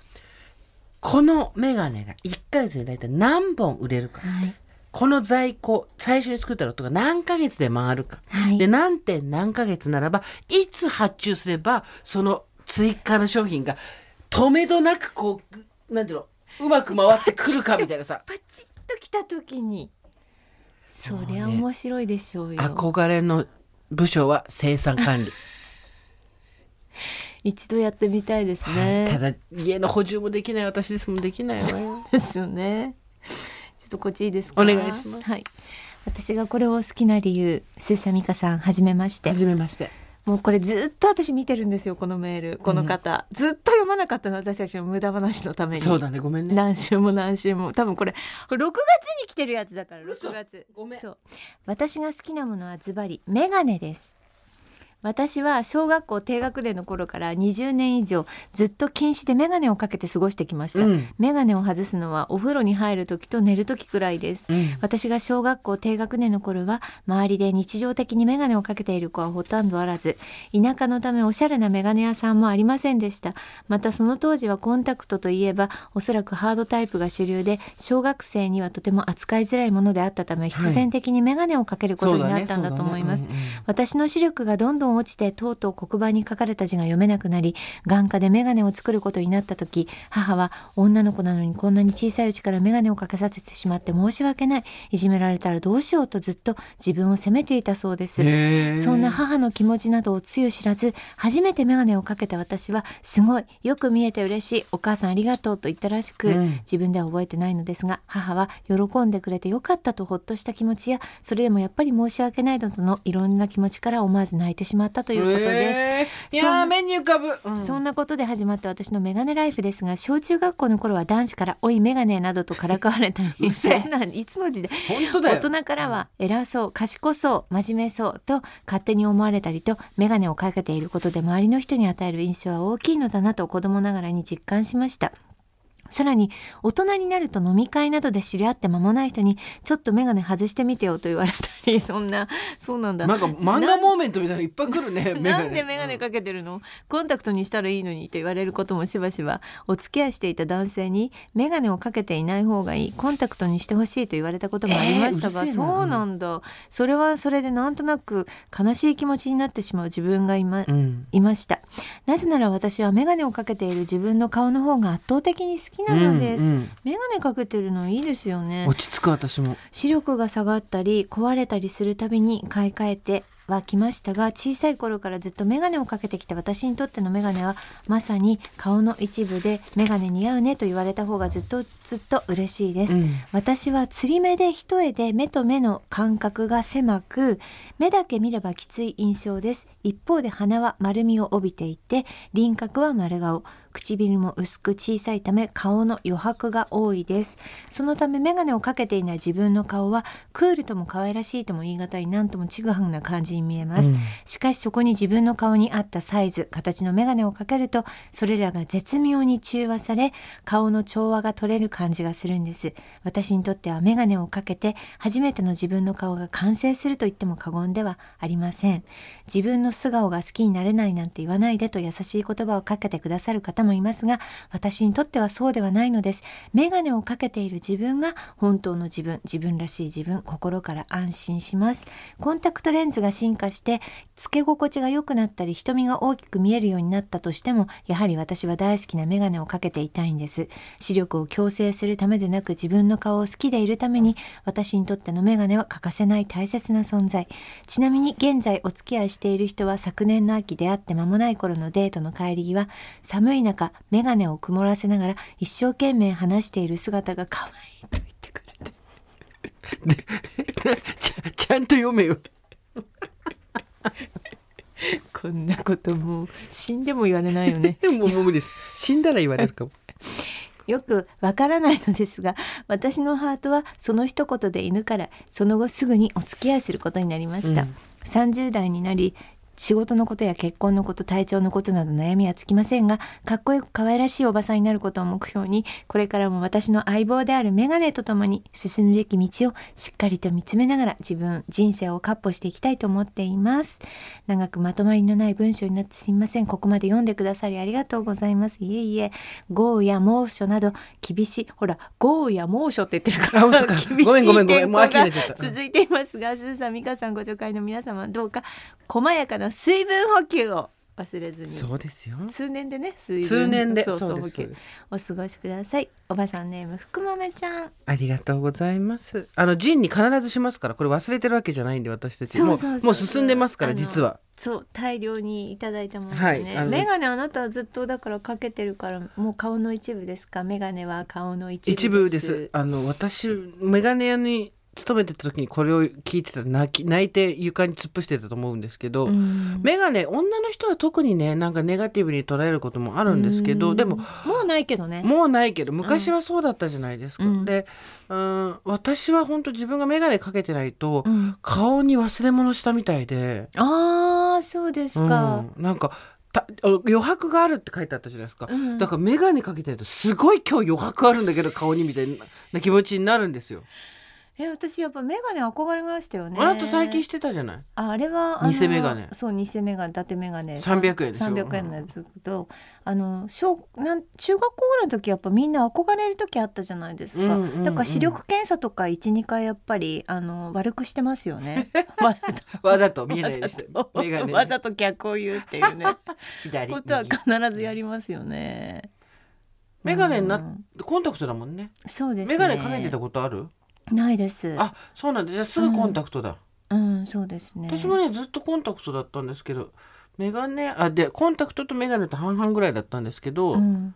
Speaker 1: このメガネが1ヶ月で大体何本売れるか、
Speaker 2: はい。
Speaker 1: この在庫最初に作ったのとか何ヶ月で回るか
Speaker 2: はい
Speaker 1: で何点何ヶ月ならばいつ発注すればその追加の商品が止めどなくこうなんていうのうまく回ってくるかみたいなさ
Speaker 2: パチッと来た時にそ
Speaker 1: もうね
Speaker 2: りゃ面白いでしょうよ
Speaker 1: 憧れの部署は生産 管理、
Speaker 2: 一度やってみたいですね、
Speaker 1: はいただ家の補充もできない私ですもんできないわよ
Speaker 2: ですよね。ちょっとこっちいいですか。
Speaker 1: お願いします
Speaker 2: はい。私がこれを好きな理由、スーサミカさん、はじめまして
Speaker 1: は。じめまして
Speaker 2: もうこれずっと私見てるんですよ、このメール、この方。ずっと読まなかったの、私たちの無駄話のために。
Speaker 1: そうだねごめんね
Speaker 2: 何週も何週も多分これ6月に来てるやつだから
Speaker 1: 嘘
Speaker 2: 6月
Speaker 1: ごめん
Speaker 2: そう私が好きなものはズバリメガネです私は小学校低学年の頃から20年以上ずっと禁止でメガネをかけて過ごしてきました、
Speaker 1: うん
Speaker 2: メガネを外すのはお風呂に入る時と寝る時くらいです、
Speaker 1: うん
Speaker 2: 私が小学校低学年の頃は周りで日常的にメガネをかけている子はほとんどあらず田舎のためおしゃれなメガネ屋さんもありませんでしたまたその当時はコンタクトといえばおそらくハードタイプが主流で小学生にはとても扱いづらいものであったため必然的にメガネをかけることになったんだと思います
Speaker 1: そうだねそうだねうんうん
Speaker 2: 私の視力がどんどん落ちてとうとう黒板に書かれた字が読めなくなり眼科で眼鏡を作ることになった時母は女の子なのにこんなに小さいうちから眼鏡をかけさせてしまって申し訳ないいじめられたらどうしようとずっと自分を責めていたそうです
Speaker 1: へー
Speaker 2: そんな母の気持ちなどをつゆ知らず初めて眼鏡をかけた私はすごいよく見えて嬉しいお母さんありがとうと言ったらしく、
Speaker 1: うん
Speaker 2: 自分では覚えてないのですが母は喜んでくれてよかったとほっとした気持ちやそれでもやっぱり申し訳ないなどのいろんな気持ちから思わず泣いてしまったということです。
Speaker 1: へーい
Speaker 2: そん
Speaker 1: や
Speaker 2: な
Speaker 1: ー目に浮かぶ、うん
Speaker 2: そんなことで始まった私のメガネライフですが小中学校の頃は男子から「おいメガネ」などとからかわれたりそんないつの時代
Speaker 1: 本当だよ
Speaker 2: 大人からは偉そう賢そう真面目そうと勝手に思われたりと眼鏡をかけていることで周りの人に与える印象は大きいのだなと子供ながらに実感しました。さらに大人になると飲み会などで知り合って間もない人にちょっと眼鏡外してみてよと言われたりそんなそうなんだ
Speaker 1: なんか漫画モーメントみたいなのいっぱい来る ねメガ
Speaker 2: な
Speaker 1: ネ
Speaker 2: んで眼鏡かけてるの、コンタクトにしたらいいのにと言われることもしばしばお付き合いしていた男性に眼鏡をかけていない方がいいコンタクトにしてほしいと言われたこともありましたが、
Speaker 1: えーうるせえな
Speaker 2: そうなんだそれはそれでなんとなく悲しい気持ちになってしまう自分がいま,、
Speaker 1: うん
Speaker 2: いましたなぜなら私は眼鏡をかけている自分の顔の方が圧倒的に好きなのです、
Speaker 1: う
Speaker 2: メガ
Speaker 1: んうん
Speaker 2: 眼鏡かけてるのいいですよね
Speaker 1: 落ち着く私も
Speaker 2: 視力が下がったり壊れたりするたびに買い替えてはきましたが小さい頃からずっと眼鏡をかけてきた私にとっての眼鏡はまさに顔の一部で眼鏡似合うねと言われた方がずっとずっと嬉しいです、
Speaker 1: うん
Speaker 2: 私は釣り目で一重で目と目の間隔が狭く目だけ見ればきつい印象です一方で鼻は丸みを帯びていて輪郭は丸顔唇も薄く小さいため顔の余白が多いですそのため眼鏡をかけていない自分の顔はクールとも可愛らしいとも言い難いなんともちぐはぐな感じに見えます、
Speaker 1: うん
Speaker 2: しかしそこに自分の顔に合ったサイズ形の眼鏡をかけるとそれらが絶妙に中和され顔の調和が取れる感じがするんです私にとっては眼鏡をかけて初めての自分の顔が完成すると言っても過言ではありません自分の素顔が好きになれないなんて言わないでと優しい言葉をかけてくださる方もいますが私にとってはそうではないのです眼鏡をかけている自分が本当の自分自分らしい自分心から安心しますコンタクトレンズが進化してつけ心地が良くなったり瞳が大きく見えるようになったとしてもやはり私は大好きな眼鏡をかけていたいんです視力を矯正するためでなく自分の顔を好きでいるために私にとっての眼鏡は欠かせない大切な存在ちなみに現在お付き合いしている人は昨年の秋出会って間もない頃のデートの帰り際寒い中眼鏡を曇らせながら一生懸命話している姿が可愛い と言ってくれて
Speaker 1: ちゃちゃんと読めよ
Speaker 2: こんなこともう死んでも言われないよね
Speaker 1: もうもう無理です死んだら言われるかも
Speaker 2: よくわからないのですが私のハートはその一言で犬からその後すぐにお付き合いすることになりました、
Speaker 1: うん
Speaker 2: 30代になり仕事のことや結婚のこと体調のことなど悩みはつきませんがかっこよく可愛らしいおばさんになることを目標にこれからも私の相棒であるメガネとともに進むべき道をしっかりと見つめながら自分人生をカッ歩していきたいと思っています長くまとまりのない文章になってすみませんここまで読んでくださりありがとうございますいえいえ豪雨や猛暑など厳しいほら豪雨や猛暑って言ってるから
Speaker 1: あそうか
Speaker 2: 厳し
Speaker 1: ごめんご
Speaker 2: い
Speaker 1: めんごめん
Speaker 2: 天候
Speaker 1: もう
Speaker 2: が
Speaker 1: 秋になっちゃった
Speaker 2: 続続いていますが、すーさん、みかさん、ご助会の皆様、どうか細やかな水分補給を忘れずに
Speaker 1: そうですよ
Speaker 2: 通年でね水分
Speaker 1: 通年で
Speaker 2: そうそう
Speaker 1: そうです
Speaker 2: 補
Speaker 1: そう
Speaker 2: 給
Speaker 1: です
Speaker 2: お過ごしくださいおばさんネーム福豆ちゃん
Speaker 1: ありがとうございますあのジンに必ずしますからこれ忘れてるわけじゃないんで私たち
Speaker 2: そうそうそう
Speaker 1: もうもう進んでますか
Speaker 2: あ
Speaker 1: ら
Speaker 2: の
Speaker 1: 実は
Speaker 2: そう大量にいただいたものです
Speaker 1: はい
Speaker 2: ね、
Speaker 1: あの
Speaker 2: メガネあなたはずっとだからかけてるからもう顔の一部ですかメガネは顔の一部です
Speaker 1: 一部ですあの私メガネ屋に勤めてた時にこれを聞いてたら泣き泣いて床に突っ伏してたと思うんですけど、
Speaker 2: うん
Speaker 1: メガネ女の人は特にねなんかネガティブに捉えることもあるんですけ
Speaker 2: う
Speaker 1: ど
Speaker 2: ん
Speaker 1: でも
Speaker 2: もうないけどね
Speaker 1: もうないけど昔はそうだったじゃないですか。
Speaker 2: うん
Speaker 1: でうん私は本当自分が眼鏡かけてないと、
Speaker 2: うん
Speaker 1: 顔に忘れ物したみたいで、
Speaker 2: ああそうですか、
Speaker 1: うんなんかたあの余白があるって書いてあったじゃないですか。
Speaker 2: うん
Speaker 1: だから眼鏡かけてるとすごい今日余白あるんだけど顔にみたいな気持ちになるんですよ。
Speaker 2: え私やっぱメガネ憧れましたよね
Speaker 1: あなた最近してたじゃない。
Speaker 2: ああれはあの
Speaker 1: 偽メガネ
Speaker 2: そう偽メガネ伊達メガネ
Speaker 1: 300円でしょ
Speaker 2: 300円なんですけど、あの小なん中学校ぐらいの時やっぱみんな憧れる時あったじゃないですか、
Speaker 1: うんうんうん
Speaker 2: だから視力検査とか12回やっぱりあの悪くしてますよねわざと
Speaker 1: わざ と見えないでした。
Speaker 2: わざと
Speaker 1: 眼鏡
Speaker 2: わざと逆を言うっていうね
Speaker 1: 左
Speaker 2: ことは
Speaker 1: 右
Speaker 2: 必ずやりますよね
Speaker 1: メガネにな
Speaker 2: う
Speaker 1: っ
Speaker 2: ん
Speaker 1: コンタクトだもんね。
Speaker 2: そうですね
Speaker 1: メガネかけてたことある？
Speaker 2: ないです
Speaker 1: あ、そうなんだ。じゃあすぐコンタクトだ。
Speaker 2: うんそうですね
Speaker 1: 私もねずっとコンタクトだったんですけどメガネあでコンタクトとメガネと半々ぐらいだったんですけど、
Speaker 2: うん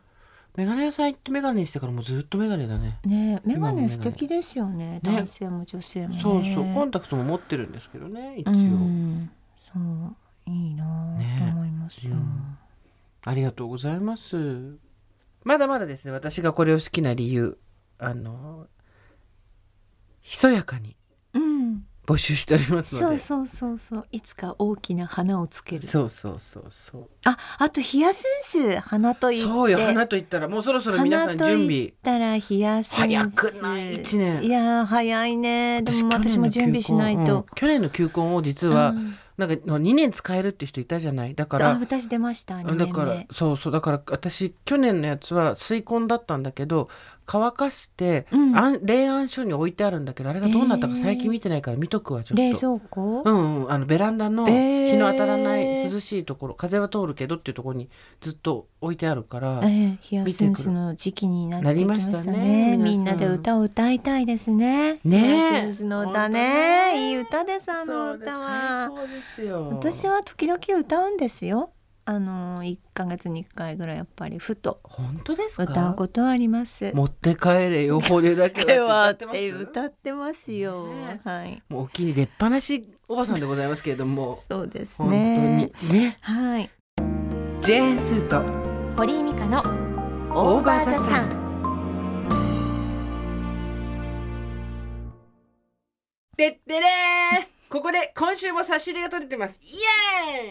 Speaker 1: メガネ屋さん行ってメガネにしてからもうずっとメガネだね、
Speaker 2: ねえメガ
Speaker 1: 今のメガ
Speaker 2: ネ
Speaker 1: ネ
Speaker 2: 素敵ですよね
Speaker 1: ね
Speaker 2: 男性も女性もね
Speaker 1: そうそうコンタクトも持ってるんですけどね一応、
Speaker 2: うんそういいな
Speaker 1: ね
Speaker 2: あと思いますよ、
Speaker 1: うんありがとうございますまだまだですね私がこれを好きな理由あのひそやかに
Speaker 2: うん、
Speaker 1: 募集しておりますの
Speaker 2: そう
Speaker 1: で
Speaker 2: そうそうそういつか大きな花をつける
Speaker 1: そうそうそうそう
Speaker 2: ああとヒヤセンス花と言って
Speaker 1: そうよ花と言ったらもうそろそろ皆さん
Speaker 2: 花と言
Speaker 1: 準備
Speaker 2: ったらヒヤセンス
Speaker 1: 早くない一年
Speaker 2: いやー早いねでも私も
Speaker 1: 去
Speaker 2: 準
Speaker 1: 年の
Speaker 2: 備しない
Speaker 1: 球根うん
Speaker 2: と、
Speaker 1: 去年の球根を実
Speaker 2: う
Speaker 1: は、
Speaker 2: ん
Speaker 1: なんかの2年使えるって人いたじゃないだか
Speaker 2: あ
Speaker 1: ら
Speaker 2: 私出ました2
Speaker 1: だ
Speaker 2: 年
Speaker 1: から
Speaker 2: 目
Speaker 1: そうそうだから私去年のやつは水根だったんだけど乾かして、
Speaker 2: うん
Speaker 1: あん冷暗所に置いてあるんだけどあれがどうなったか最近見てないから見とくわちょっと。
Speaker 2: 冷蔵庫、
Speaker 1: うんうん、あのベランダの
Speaker 2: えー
Speaker 1: 日の当たらない涼しいところ、風は通るけどっていうところにずっと置いてあるから、
Speaker 2: ええ、ヒアセンスの時期になってきましたね
Speaker 1: なりましたね
Speaker 2: みんなで
Speaker 1: 皆さん
Speaker 2: 歌を歌いたいですね。
Speaker 1: ねえ
Speaker 2: ヒアセンスの歌
Speaker 1: 本当
Speaker 2: ね、
Speaker 1: ね
Speaker 2: いい歌ですあの
Speaker 1: そうです
Speaker 2: 歌は。
Speaker 1: 最高ですよ
Speaker 2: 私は時々歌うんですよ。あの一ヶ月に一回ぐらいやっぱりふと
Speaker 1: 本当ですか
Speaker 2: 歌うことはあります。
Speaker 1: 持って帰 れよ保留だけ
Speaker 2: 今日は
Speaker 1: は
Speaker 2: っ
Speaker 1: ってて歌ってま
Speaker 2: 歌ってます
Speaker 1: す
Speaker 2: よ。
Speaker 1: ね
Speaker 2: はい、
Speaker 1: もうお気に出っ放しおばさんでございますけれども
Speaker 2: そうです
Speaker 1: 本当に
Speaker 2: ね。
Speaker 1: ね
Speaker 2: はい、
Speaker 1: ジェーンスーと
Speaker 2: 堀井美香の
Speaker 1: オーバーザさん
Speaker 2: ん。
Speaker 1: でってれーここで今週も差し入れが取れてますイ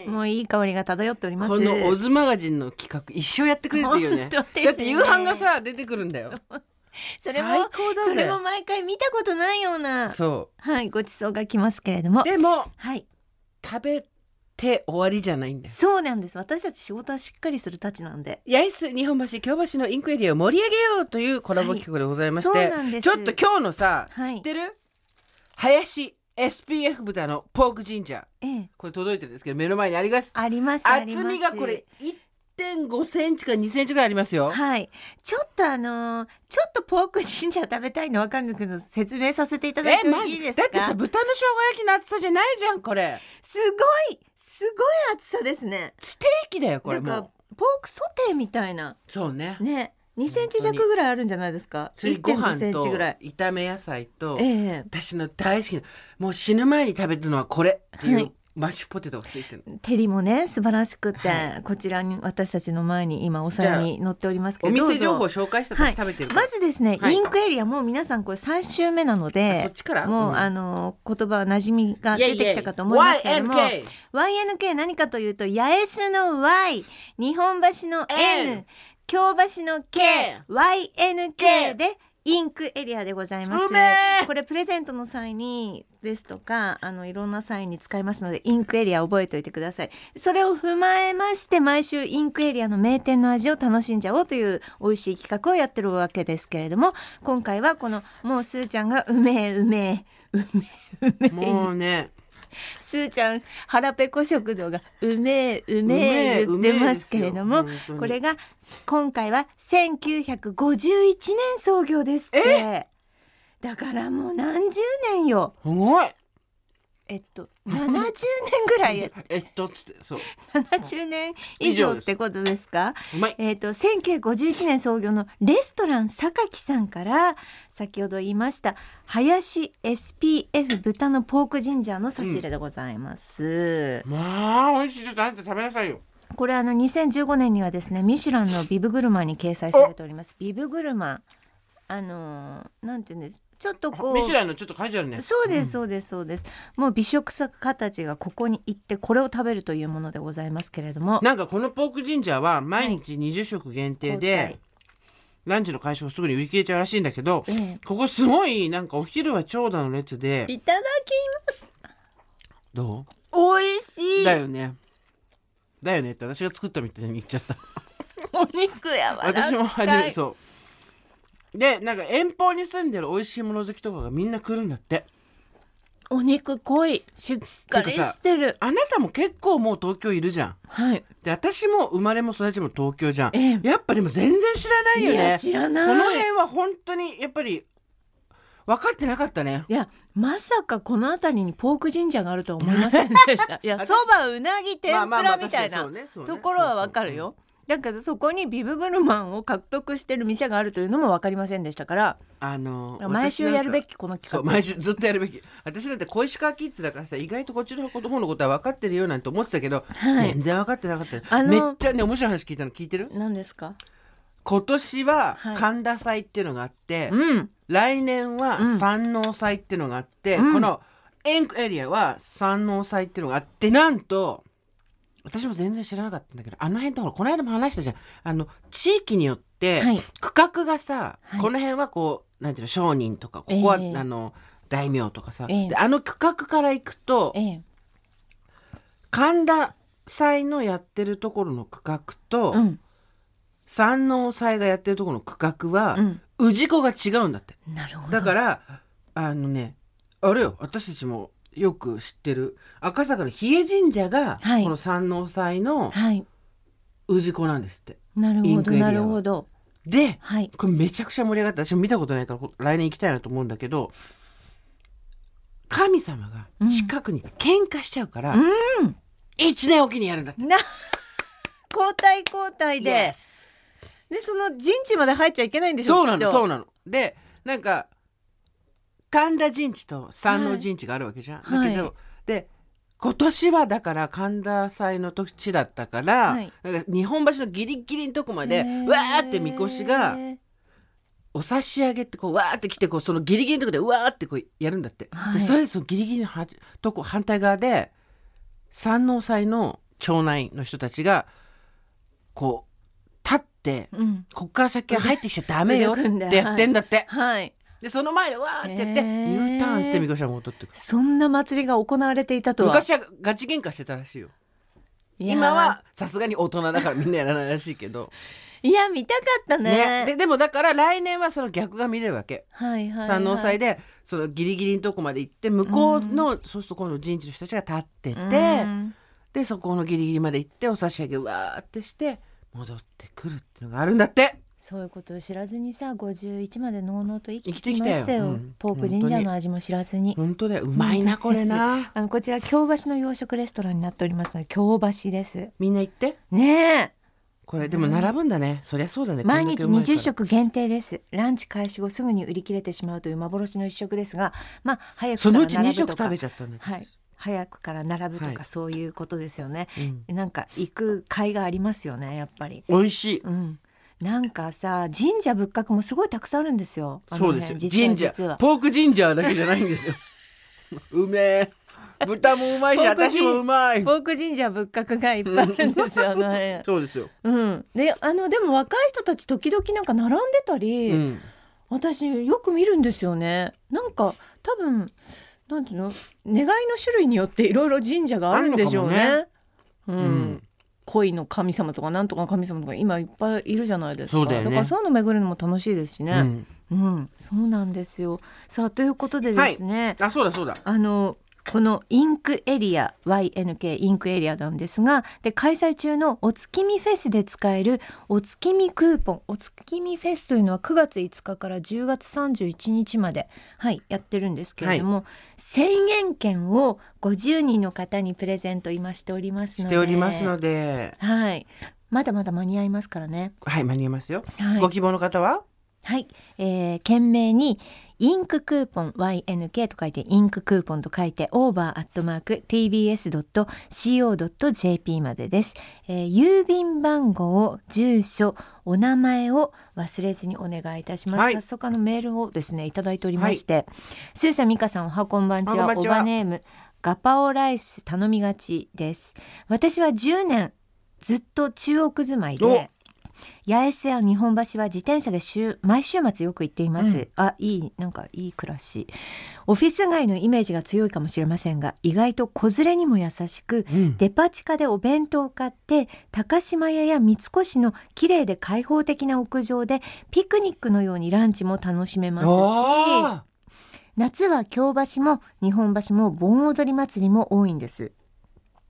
Speaker 1: エーイ
Speaker 2: もういい香りが漂っております。
Speaker 1: このオズマガジンの企画一生やってくれるっていいよね
Speaker 2: 本当ですね
Speaker 1: だって夕飯がさ出てくるんだよ
Speaker 2: それも
Speaker 1: 最高だぜ
Speaker 2: それも毎回見たことないような
Speaker 1: そ
Speaker 2: はいごちそうが来ますけれども
Speaker 1: うでも
Speaker 2: はい
Speaker 1: 食べて終わりじゃないんです
Speaker 2: そうなんです私たち仕事はしっかりするたちなんで
Speaker 1: 八重洲日本橋京橋のインクエリアを盛り上げようというコラボ企画でございまして、
Speaker 2: はいそうなんです
Speaker 1: ちょっと今日のさ、
Speaker 2: はい
Speaker 1: 知ってる林 SPF 豚のポークジンジャー
Speaker 2: ええ
Speaker 1: これ届いてるんですけど目の前にあります
Speaker 2: ありますあります
Speaker 1: 厚みがこれ1.5センチか2センチぐらいありますよ。
Speaker 2: はいちょっとあのーちょっとポークジンジャー食べたいのわかるんですけど説明させていただいてもいいですか
Speaker 1: だってさ豚の生姜焼きの厚さじゃないじゃんこれ
Speaker 2: すごいすごい厚さですね
Speaker 1: ステーキだよこれ
Speaker 2: なんか
Speaker 1: も
Speaker 2: ポークソテーみたいな
Speaker 1: うそうね
Speaker 2: ね2センチ弱ぐらいあるんじゃないですか
Speaker 1: それにご
Speaker 2: 1.5
Speaker 1: 飯
Speaker 2: セン
Speaker 1: と
Speaker 2: チぐらい
Speaker 1: 炒め野菜と、
Speaker 2: ええ
Speaker 1: 私の大好きなもう死ぬ前に食べるのはこれってい
Speaker 2: は
Speaker 1: う
Speaker 2: い
Speaker 1: マッシュポテトがついてるの、
Speaker 2: 照りもね素晴らしくて、
Speaker 1: は
Speaker 2: こちらに私たちの前に今お皿に載っておりますけ
Speaker 1: お
Speaker 2: ど
Speaker 1: 店情
Speaker 2: ど
Speaker 1: 報
Speaker 2: うぞ
Speaker 1: 紹介した
Speaker 2: は
Speaker 1: 私
Speaker 2: い
Speaker 1: 食べてるから、
Speaker 2: まずですね、
Speaker 1: はい
Speaker 2: インクエリアもう皆さんこれ3週目なの
Speaker 1: あそ
Speaker 2: で
Speaker 1: っちから
Speaker 2: もう、
Speaker 1: ん
Speaker 2: あの言葉は馴染みが出てきたかと思いますけれども
Speaker 1: イエイイエイ YNK
Speaker 2: YNK 何かというと八重洲の Y 日本橋の N
Speaker 1: N
Speaker 2: 京橋の
Speaker 1: K
Speaker 2: KYNK でインクエリアでございます
Speaker 1: うめえ
Speaker 2: これプレゼントの際にですとかあのいろんな際に使いますのでインクエリア覚えておいてくださいそれを踏まえまして毎週インクエリアの名店の味を楽しんじゃおうという美味しい企画をやってるわけですけれども今回はこのもうすーちゃんがうめえうめえうめえうめえ
Speaker 1: もうね
Speaker 2: すーちゃん腹ペコ食堂がうめえう
Speaker 1: う
Speaker 2: めえ
Speaker 1: う
Speaker 2: 言っ
Speaker 1: めえ
Speaker 2: てますけれども
Speaker 1: ですよ本当に
Speaker 2: これが今回は1951年創業ですってだからもう何十年よ
Speaker 1: すごい
Speaker 2: えっ と70年ぐらい
Speaker 1: えっとつってそう
Speaker 2: 70年
Speaker 1: 以
Speaker 2: 以
Speaker 1: 上
Speaker 2: 上
Speaker 1: で
Speaker 2: っ
Speaker 1: す
Speaker 2: てことですか
Speaker 1: うまい
Speaker 2: えー、と1951年創業のレストラン榊さんから先ほど言いました林 SPF 豚のポークジンジャーの差し入れでございます、
Speaker 1: まあ美味しいちょっとあんた食べなさいよ
Speaker 2: これあの2015年にはですねミシュランのビブグルマンに掲載されておりますビブグルマンあのーなんていうんですちょっとこ
Speaker 1: ミシュ
Speaker 2: う
Speaker 1: ランのちょっとカジュアルね
Speaker 2: そうですそうですそうです、もう美食家たちがここに行ってこれを食べるというものでございますけれども
Speaker 1: なんかこのポークジンジャーは毎日20食限定で、
Speaker 2: はい
Speaker 1: ランチの会食すぐに売り切れちゃうらしいんだけど、
Speaker 2: ええ
Speaker 1: ここすごいなんかお昼は長蛇の列で
Speaker 2: いただきます
Speaker 1: ど
Speaker 2: おいし
Speaker 1: う
Speaker 2: い
Speaker 1: だよねだよねって私が作ったみたいに言っちゃった
Speaker 2: お肉やわ
Speaker 1: 私も初めてそうでなんか遠方に住んでる美味しいもの好きとかがみんな来るんだって
Speaker 2: お肉濃いしっかりしてる
Speaker 1: あなたも結構もう東京いるじゃん
Speaker 2: はい
Speaker 1: で私も生まれも育ちも東京じゃん、
Speaker 2: ええ
Speaker 1: やっぱでも全然知らないよね
Speaker 2: いや知らない
Speaker 1: この辺は本当にやっぱり分かってなかったね
Speaker 2: いやまさかこの辺りにポーク神社があるとは思いませんでした いやそばうなぎ天
Speaker 1: まあまあ
Speaker 2: ぷ
Speaker 1: まあ
Speaker 2: らみたいな
Speaker 1: 確かにそうねそうね
Speaker 2: ところはわかるよだけどそこにビブグルマンを獲得してる店があるというのも分かりませんでしたから
Speaker 1: あの
Speaker 2: 毎週やるべ
Speaker 1: 私なんか
Speaker 2: きこの
Speaker 1: そう
Speaker 2: 企画
Speaker 1: 毎週ずっとやるべき私だって小石川キッズだからさ意外とこっちの方のことは分かってるよなんて思ってたけど、
Speaker 2: はい
Speaker 1: 全然分かってなかったです
Speaker 2: あの
Speaker 1: めっちゃね面白い話聞いたの聞いてる
Speaker 2: 何ですか
Speaker 1: 今年は
Speaker 2: はい
Speaker 1: 神田祭っていうのがあって、
Speaker 2: うん
Speaker 1: 来年は山王祭っていうのがあって、
Speaker 2: うん
Speaker 1: このエンクエリアは山王祭っていうのがあってなんと私も全然知らなかったんだけどあの辺ってほらこの間も話したじゃんあの地域によって
Speaker 2: はい
Speaker 1: 区画がさ、
Speaker 2: はい
Speaker 1: この辺はこうなんていうの商人とかここは、
Speaker 2: ええ
Speaker 1: あの大名とかさ、
Speaker 2: ええ
Speaker 1: であの区画から行くと
Speaker 2: ええ
Speaker 1: 神田祭のやってるところの区画と、
Speaker 2: うん
Speaker 1: 山王祭がやってるところの区画は、
Speaker 2: うん
Speaker 1: 氏子が違うんだって。
Speaker 2: なるほど
Speaker 1: だからあのねあれよ私たちもよく知ってる赤坂の日枝神社が、
Speaker 2: はい
Speaker 1: この山王祭の
Speaker 2: はい
Speaker 1: 氏子なんですって
Speaker 2: なる
Speaker 1: イ
Speaker 2: ほ
Speaker 1: ンク
Speaker 2: ど
Speaker 1: エリアは
Speaker 2: なるほど
Speaker 1: で
Speaker 2: はい
Speaker 1: これめちゃくちゃ盛り上がった私も見たことないからこ来年行きたいなと思うんだけど神様が近くにいて喧嘩しちゃうから、
Speaker 2: うん
Speaker 1: 一年おきにやるんだって。
Speaker 2: な 交代交代で
Speaker 1: Yes
Speaker 2: でその陣地まで入っちゃいけないんでしょ
Speaker 1: そうな
Speaker 2: きっ
Speaker 1: の
Speaker 2: と
Speaker 1: そうなのでなんか神田神地と山王神地があるわけじゃん、
Speaker 2: はい
Speaker 1: だけど、
Speaker 2: はい
Speaker 1: で今年はだから神田祭の地だったから、
Speaker 2: はい
Speaker 1: なんか日本橋のギリギリのとこま
Speaker 2: へ
Speaker 1: で
Speaker 2: ー
Speaker 1: わーってみこしがお差し上げってこうわーって来てこうそのギリギリのとこでわーってこうやるんだって、
Speaker 2: はい
Speaker 1: でそれでそのギリギリのはとこ反対側で山王祭の町内の人たちがこう立って
Speaker 2: うん
Speaker 1: こっから先は入ってきちゃダメよ
Speaker 2: 腕組んで
Speaker 1: ってやってんだって。
Speaker 2: はい
Speaker 1: でその前でわーってやって、
Speaker 2: へー
Speaker 1: U ターンしてみこしは戻ってくる
Speaker 2: そんな祭りが行われていたとは
Speaker 1: 昔はガチ喧嘩してたらしいよ
Speaker 2: いやー
Speaker 1: 今はさすがに大人だからみんなやらないらしいけど
Speaker 2: いや見たかったね
Speaker 1: ねででもだから来年はその逆が見れるわけ
Speaker 2: はいはい、はい、
Speaker 1: 山王祭でそのギリギリのとこまで行って向こうの、そうすると今度人事の人たちが立ってて、
Speaker 2: うん
Speaker 1: でそこのギリギリまで行ってお差し上げわーってして戻ってくるっていうのがあるんだって
Speaker 2: そういうことを知らずにさ51までのうのうと生きて
Speaker 1: 生き
Speaker 2: き
Speaker 1: てきたよ
Speaker 2: ましたよ
Speaker 1: うん
Speaker 2: ポークジンジャーの味も知らずに
Speaker 1: 本当だようまいなこれな
Speaker 2: あのこちら京橋の洋食レストランになっておりますので京橋です
Speaker 1: みんな行って
Speaker 2: ねえ
Speaker 1: これでも並ぶんだね、そりゃそうだね
Speaker 2: 毎日
Speaker 1: こんだけうまい
Speaker 2: 20
Speaker 1: から
Speaker 2: 食限定ですランチ開始後すぐに売り切れてしまうという幻の一食ですがまあ早く
Speaker 1: そ
Speaker 2: から
Speaker 1: のうち2
Speaker 2: 並ぶ
Speaker 1: 食
Speaker 2: とか
Speaker 1: 食べちゃったんだけど
Speaker 2: はい早くから並ぶと
Speaker 1: は
Speaker 2: か
Speaker 1: い
Speaker 2: そういうことですよね、
Speaker 1: うん
Speaker 2: なんか行く甲斐がありますよねやっぱり
Speaker 1: 美味しい。
Speaker 2: うんなんかさ神社仏閣もすごいたくさんあるんですよあの
Speaker 1: そう
Speaker 2: 辺
Speaker 1: ですよ。
Speaker 2: 実は
Speaker 1: ジンジャ
Speaker 2: 実は
Speaker 1: ー。ポークジンジャーだけじゃない んですよ。うめえ。豚もうまいし、
Speaker 2: ポークジ
Speaker 1: 私
Speaker 2: ン
Speaker 1: もうまい
Speaker 2: ポ。ーク神社仏閣がいっぱいあるんですよあの辺
Speaker 1: そうですよ。
Speaker 2: うん、であのでも若い人たち時々なんか並んでたり、
Speaker 1: うん。
Speaker 2: 私よく見るんですよねなんか多分なんていうの願いの種類によっていろいろ神社があるんでしょうね
Speaker 1: ある
Speaker 2: うん、
Speaker 1: うん
Speaker 2: 恋の神様とかなんとかの神様とか今いっぱいいるじゃないですか
Speaker 1: そうだよね
Speaker 2: からそういうの巡るのも楽しいですし
Speaker 1: う
Speaker 2: ね、
Speaker 1: ん
Speaker 2: うんそうなんですよさあということでですね、
Speaker 1: あ、そうだそうだ。
Speaker 2: あのこのインクエリア YNK インクエリアなんですがで開催中のお月見フェスで使えるお月見クーポンお月見フェスというのは9月5日から10月31日まで、はい、やってるんですけれども、1,000円券を50人の方にプレゼント今しておりますので
Speaker 1: しておりますので、
Speaker 2: はい、まだまだ間に合いますからね。
Speaker 1: はい、間に合いますよ。
Speaker 2: はい
Speaker 1: ご希望の方は、
Speaker 2: はい、えー、件名にインククーポン YNK と書いてインククーポンと書いて over.tbs.co.jp までです、えー、郵便番号住所お名前を忘れずにお願いいたします、
Speaker 1: はい
Speaker 2: 早速あのメールをですねいただいておりまして、スーサミカさんおはこんばんち
Speaker 1: おは
Speaker 2: はお
Speaker 1: こんばんちは
Speaker 2: ばネームガパオライス頼みがちです私は10年ずっと中央区住まいで八重洲や日本橋は自転車で週毎週末よく行っています、
Speaker 1: うん
Speaker 2: あいいなんかいい暮らしオフィス街のイメージが強いかもしれませんが意外と子連れにも優しく、
Speaker 1: うん
Speaker 2: デパ地下でお弁当を買って高島屋や三越の綺麗で開放的な屋上でピクニックのようにランチも楽しめますし
Speaker 1: おー
Speaker 2: 夏は京橋も日本橋も盆踊り祭りも多いんです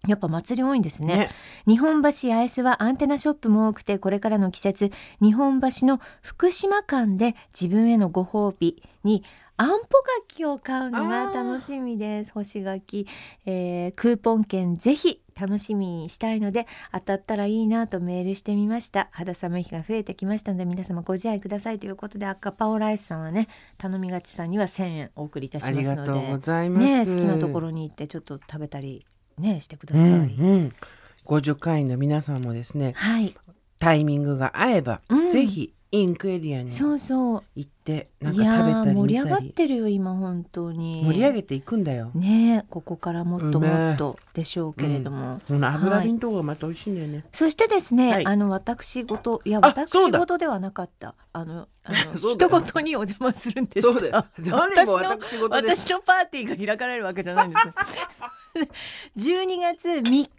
Speaker 2: やっぱ祭り多いんですね
Speaker 1: ね
Speaker 2: 日本橋八重洲はアンテナショップも多くてこれからの季節日本橋の福島間で自分へのご褒美にあんぽ柿を買うのが楽しみです干し柿、えークーポン券ぜひ楽しみにしたいので当たったらいいなとメールしてみました肌寒い日が増えてきましたので皆様ご自愛くださいということで赤パオライスさんはね頼みがちさんには1000円お送りいたし
Speaker 1: あ
Speaker 2: ま
Speaker 1: り
Speaker 2: す
Speaker 1: が
Speaker 2: の
Speaker 1: とう
Speaker 2: で
Speaker 1: ございます。
Speaker 2: ね好きなところに行ってちょっと食べたりねしてくだ
Speaker 1: う
Speaker 2: さい、
Speaker 1: んうん。ご助会員の皆さんもですね、
Speaker 2: はい
Speaker 1: タイミングが合えば、
Speaker 2: うん
Speaker 1: ぜひインクエリアに行
Speaker 2: そうそう
Speaker 1: ってなん
Speaker 2: いやー
Speaker 1: か食べたり
Speaker 2: 盛
Speaker 1: 見
Speaker 2: り上が
Speaker 1: た
Speaker 2: っ
Speaker 1: り
Speaker 2: てるよ今本当に
Speaker 1: 盛り上げていくんだよ。
Speaker 2: ねえここからもっと
Speaker 1: うめえ
Speaker 2: もっとでしょうけれども、
Speaker 1: その油瓶とかがまた美味しいんだよね。
Speaker 2: そしてですね、
Speaker 1: はい
Speaker 2: あの私事いや
Speaker 1: あ
Speaker 2: 私
Speaker 1: そうだ
Speaker 2: 事ではなかったあのあの
Speaker 1: そうだ
Speaker 2: 人事にお邪魔するんで
Speaker 1: そ
Speaker 2: し
Speaker 1: うだ
Speaker 2: た
Speaker 1: よ。誰も
Speaker 2: 私の
Speaker 1: 私事で。
Speaker 2: 私のパーティーが開かれるわけじゃないん ですよ12月3日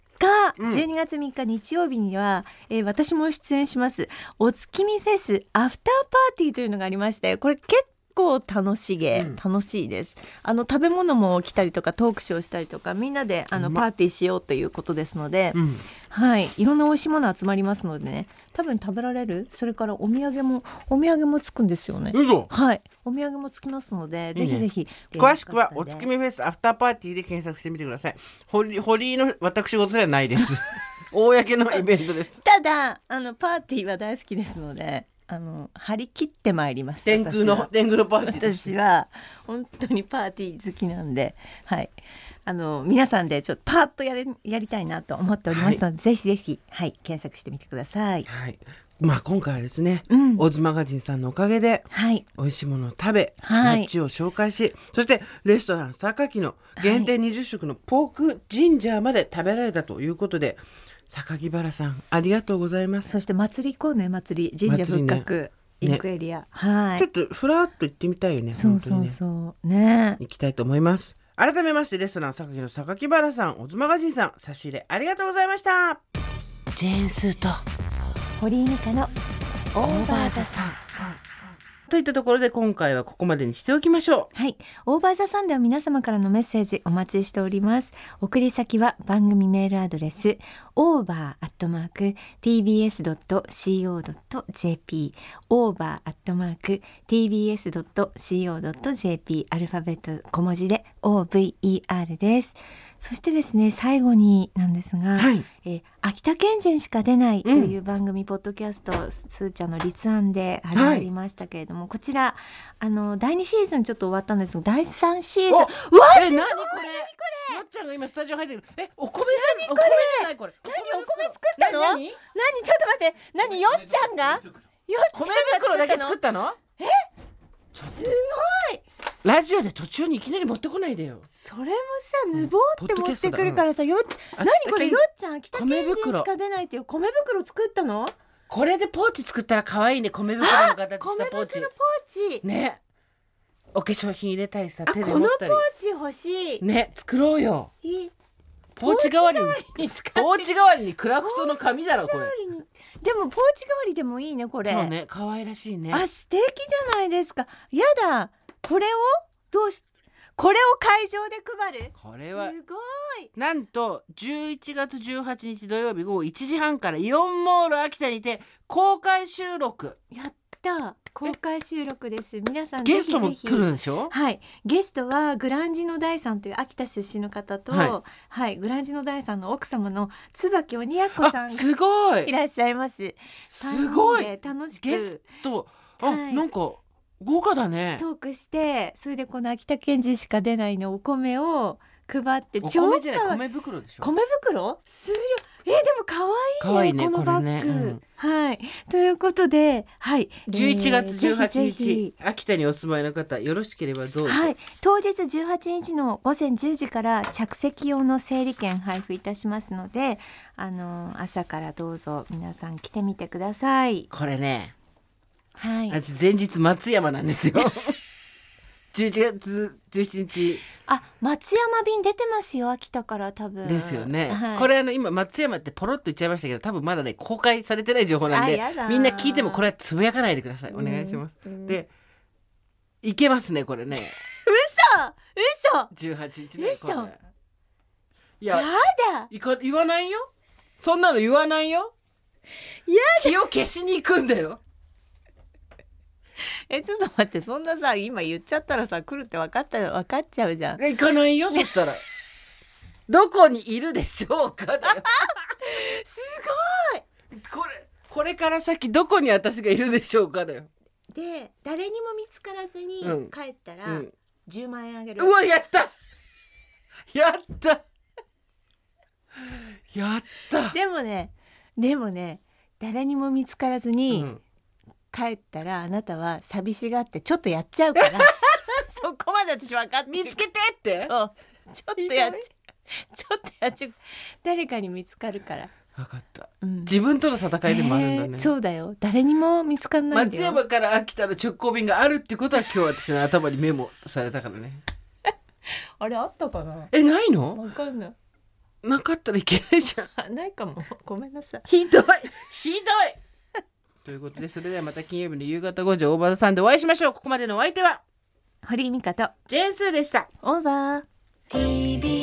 Speaker 1: うん
Speaker 2: 12月3日日曜日には、えー私も出演しますお月見フェスアフターパーティーというのがありましてこれ結構楽しげ、
Speaker 1: うん
Speaker 2: 楽しいですあの食べ物も来たりとかトークショーしたりとかみんなであの
Speaker 1: う
Speaker 2: パ
Speaker 1: ま
Speaker 2: ーティーしようということですので、
Speaker 1: うん。
Speaker 2: はいいろんな美味しいもの集まりますのでね多分食べられるそれからお土産もお土産もつくんですよね
Speaker 1: どうぞ。
Speaker 2: はい、お土産もつきますので、
Speaker 1: いいね
Speaker 2: ぜひぜひ。
Speaker 1: 詳しくはお月
Speaker 2: 見。
Speaker 1: 見フェスアフターパーティーで検索してみてください。堀堀井の私事ではない です。公のイベントです。
Speaker 2: ただ、あのパーティーは大好きですので、あの張り切ってまいります。
Speaker 1: 天空の天空のパーティーです。
Speaker 2: 私は。私は本当にパーティー好きなんで、はい。あの皆さんでちょっとパーッとやれやりたいなと思っておりますので、ぜひぜひはい検索してみてください。
Speaker 1: はい。まあ今回はですね、
Speaker 2: うん
Speaker 1: オズマガジンさんのおかげで
Speaker 2: はい。
Speaker 1: 美味しいものを食べ、
Speaker 2: はい
Speaker 1: 街を紹介し、そしてレストラン榊の限定20食のポークジンジャーまで食べられたということで、榊原さんありがとうございます。
Speaker 2: そして祭り行こうね祭り神社仏閣、
Speaker 1: 祭り
Speaker 2: イ
Speaker 1: ね
Speaker 2: ンクエリア、はい
Speaker 1: ちょっ。とふらっと行ってみたいよね。
Speaker 2: そう
Speaker 1: 本当
Speaker 2: そ
Speaker 1: に
Speaker 2: う
Speaker 1: ね
Speaker 2: そうね。
Speaker 1: 行きたいと思います改めましてレストラン榊の榊原さんオズマガジンさん差し入れありがとうございましたジェーンスーと
Speaker 2: 堀井美香のオーバーザさん。
Speaker 1: といったところで今回はここまでにしておきましょ
Speaker 2: はい。オーバーザさんでは皆様からのメッセージお待ちしております。送り先は番組メールアドレス、over.tbs.co.jp、over.tbs.co.jp、アルファベット小文字で over です。そしてですね、最後になんですが、
Speaker 1: うはい
Speaker 2: えー秋田県人しか出ないという番組、ポッドキャストすすーちゃんの立案で始まりましたけれども、こちらあの第2シーズンちょっと終わったんですが第3シーズン
Speaker 1: お
Speaker 2: うわすごい
Speaker 1: え
Speaker 2: 何
Speaker 1: 何これよっちゃんが今スタジオ入ってるえお米じゃんお
Speaker 2: こ
Speaker 1: 米
Speaker 2: れ
Speaker 1: じゃないこれ
Speaker 2: 何お米作ったの
Speaker 1: 何何
Speaker 2: ちょっと待って何よっちゃんがよっちゃん
Speaker 1: 米
Speaker 2: が
Speaker 1: 袋だけ
Speaker 2: の
Speaker 1: 作ったのえすごいラジオで途中にいきなり持ってこないでよ
Speaker 2: それもさぬぼーって持ってくるからさよっち
Speaker 1: う
Speaker 2: ゃん
Speaker 1: ん
Speaker 2: 何これよっちゃん秋田県人しか出ないっていう米袋作ったの
Speaker 1: これでポーチ作ったら可愛いね米袋の形し
Speaker 2: 米
Speaker 1: た
Speaker 2: 袋
Speaker 1: ポ
Speaker 2: ポ
Speaker 1: ー
Speaker 2: ー
Speaker 1: チ
Speaker 2: チ、
Speaker 1: ねお化粧品入れたりさ
Speaker 2: あ
Speaker 1: 手で
Speaker 2: こ
Speaker 1: 持
Speaker 2: の
Speaker 1: っ
Speaker 2: ポ
Speaker 1: た
Speaker 2: ー
Speaker 1: り
Speaker 2: チ欲しい
Speaker 1: ね作ろうよ
Speaker 2: いい
Speaker 1: ポーチ代わりに
Speaker 2: に使って
Speaker 1: ポーチ代わりにクラフトの紙だろこれ
Speaker 2: ポーチ代わりにでもポーチ代わりでもいいねこれ
Speaker 1: そうね可愛らしいね
Speaker 2: あ素敵じゃないですかやだこれをどうしこれを会場で配る
Speaker 1: これは
Speaker 2: すごい
Speaker 1: なんと11月18日土曜日午後1時半からイオンモール秋田にて公開収録
Speaker 2: やった公開収録です皆さん
Speaker 1: ゲストも
Speaker 2: ぜひ
Speaker 1: 来
Speaker 2: ぜひ
Speaker 1: るんでしょ
Speaker 2: はい、ゲストはグランジの大さんという秋田出身の方と、
Speaker 1: は
Speaker 2: はいいグランジの大さんの奥様の椿鬼奴さ
Speaker 1: あ
Speaker 2: んが
Speaker 1: すご
Speaker 2: い
Speaker 1: い
Speaker 2: らっしゃいます。
Speaker 1: すご
Speaker 2: 三
Speaker 1: い
Speaker 2: 人で楽し
Speaker 1: ゲス
Speaker 2: く
Speaker 1: トあ、
Speaker 2: はい
Speaker 1: なんか豪華だね
Speaker 2: トークしてそれでこの秋田県人しか出ないのお米を配って
Speaker 1: お米じゃ
Speaker 2: 可
Speaker 1: ない
Speaker 2: 愛い
Speaker 1: 米袋でしょ
Speaker 2: 米袋数量えでも可愛い
Speaker 1: かわいい
Speaker 2: こ
Speaker 1: ねこ
Speaker 2: の
Speaker 1: れ
Speaker 2: バッ
Speaker 1: ね、
Speaker 2: グ、
Speaker 1: うん
Speaker 2: はいということではい
Speaker 1: 11月18
Speaker 2: ぜ
Speaker 1: 日
Speaker 2: ひぜひ
Speaker 1: 秋田にお住まいの方よろしければどうぞ、
Speaker 2: はい、当日18日の午前10時から着席用の整理券配布いたしますので、あの朝からどうぞ皆さん来てみてください。
Speaker 1: これね
Speaker 2: はい。
Speaker 1: 私前日松山なん ですよ11月17日
Speaker 2: あ、松山便出てますよ秋田から多分。
Speaker 1: ですよね、
Speaker 2: はい、
Speaker 1: これあの今松山ってポロッと言っちゃいましたけど多分まだね公開されてない情報なんで
Speaker 2: あやだ
Speaker 1: みんな聞いてもこれはつぶやかないでくださいお願いします、
Speaker 2: うん
Speaker 1: でいけますねこれね
Speaker 2: 嘘
Speaker 1: 18日ねこれ
Speaker 2: 嘘
Speaker 1: い
Speaker 2: や
Speaker 1: や
Speaker 2: だ
Speaker 1: いか言わないよそんなの言わないよ
Speaker 2: いや
Speaker 1: 気を消しに行くんだよ
Speaker 2: えちょっと待ってそんなさ今言っちゃったらさ来るって分かった分かっちゃうじゃん。
Speaker 1: 行かないよそしたらどこにいるでしょうかだよ
Speaker 2: す
Speaker 1: これこれから先どこに私がいるでしょうかだよ、
Speaker 2: ごい。で誰にも見つからずに
Speaker 1: うん
Speaker 2: 帰ったら
Speaker 1: うん、
Speaker 2: 10万円あげる。
Speaker 1: うわやったやったやった
Speaker 2: でもねでもね誰にも見つからずに。
Speaker 1: うん
Speaker 2: 帰ったらあなたは寂しがってちょっとやっちゃうから そこまで私分かって
Speaker 1: 見つけてって
Speaker 2: そうちょっとやっちゃうちょっとやっちゃう誰かに見つかるから、
Speaker 1: 分かった
Speaker 2: うん、
Speaker 1: 自分との戦いでもあるんだね、
Speaker 2: えーそうだよ誰にも見つかんないん
Speaker 1: 松
Speaker 2: だよ
Speaker 1: 山から秋田の直行便があるってことは今日私の頭にメモされたからね
Speaker 2: あれあったかな
Speaker 1: えないの
Speaker 2: 分かんない
Speaker 1: なかったらいけないじゃん
Speaker 2: あないかもごめんなさい
Speaker 1: ひどいひどいということでそれではまた金曜日の夕方5時大場さんでお会いしましょうここまでのお相手は
Speaker 2: 堀井美香と
Speaker 1: ジェーンスーでした
Speaker 2: オーバー TBS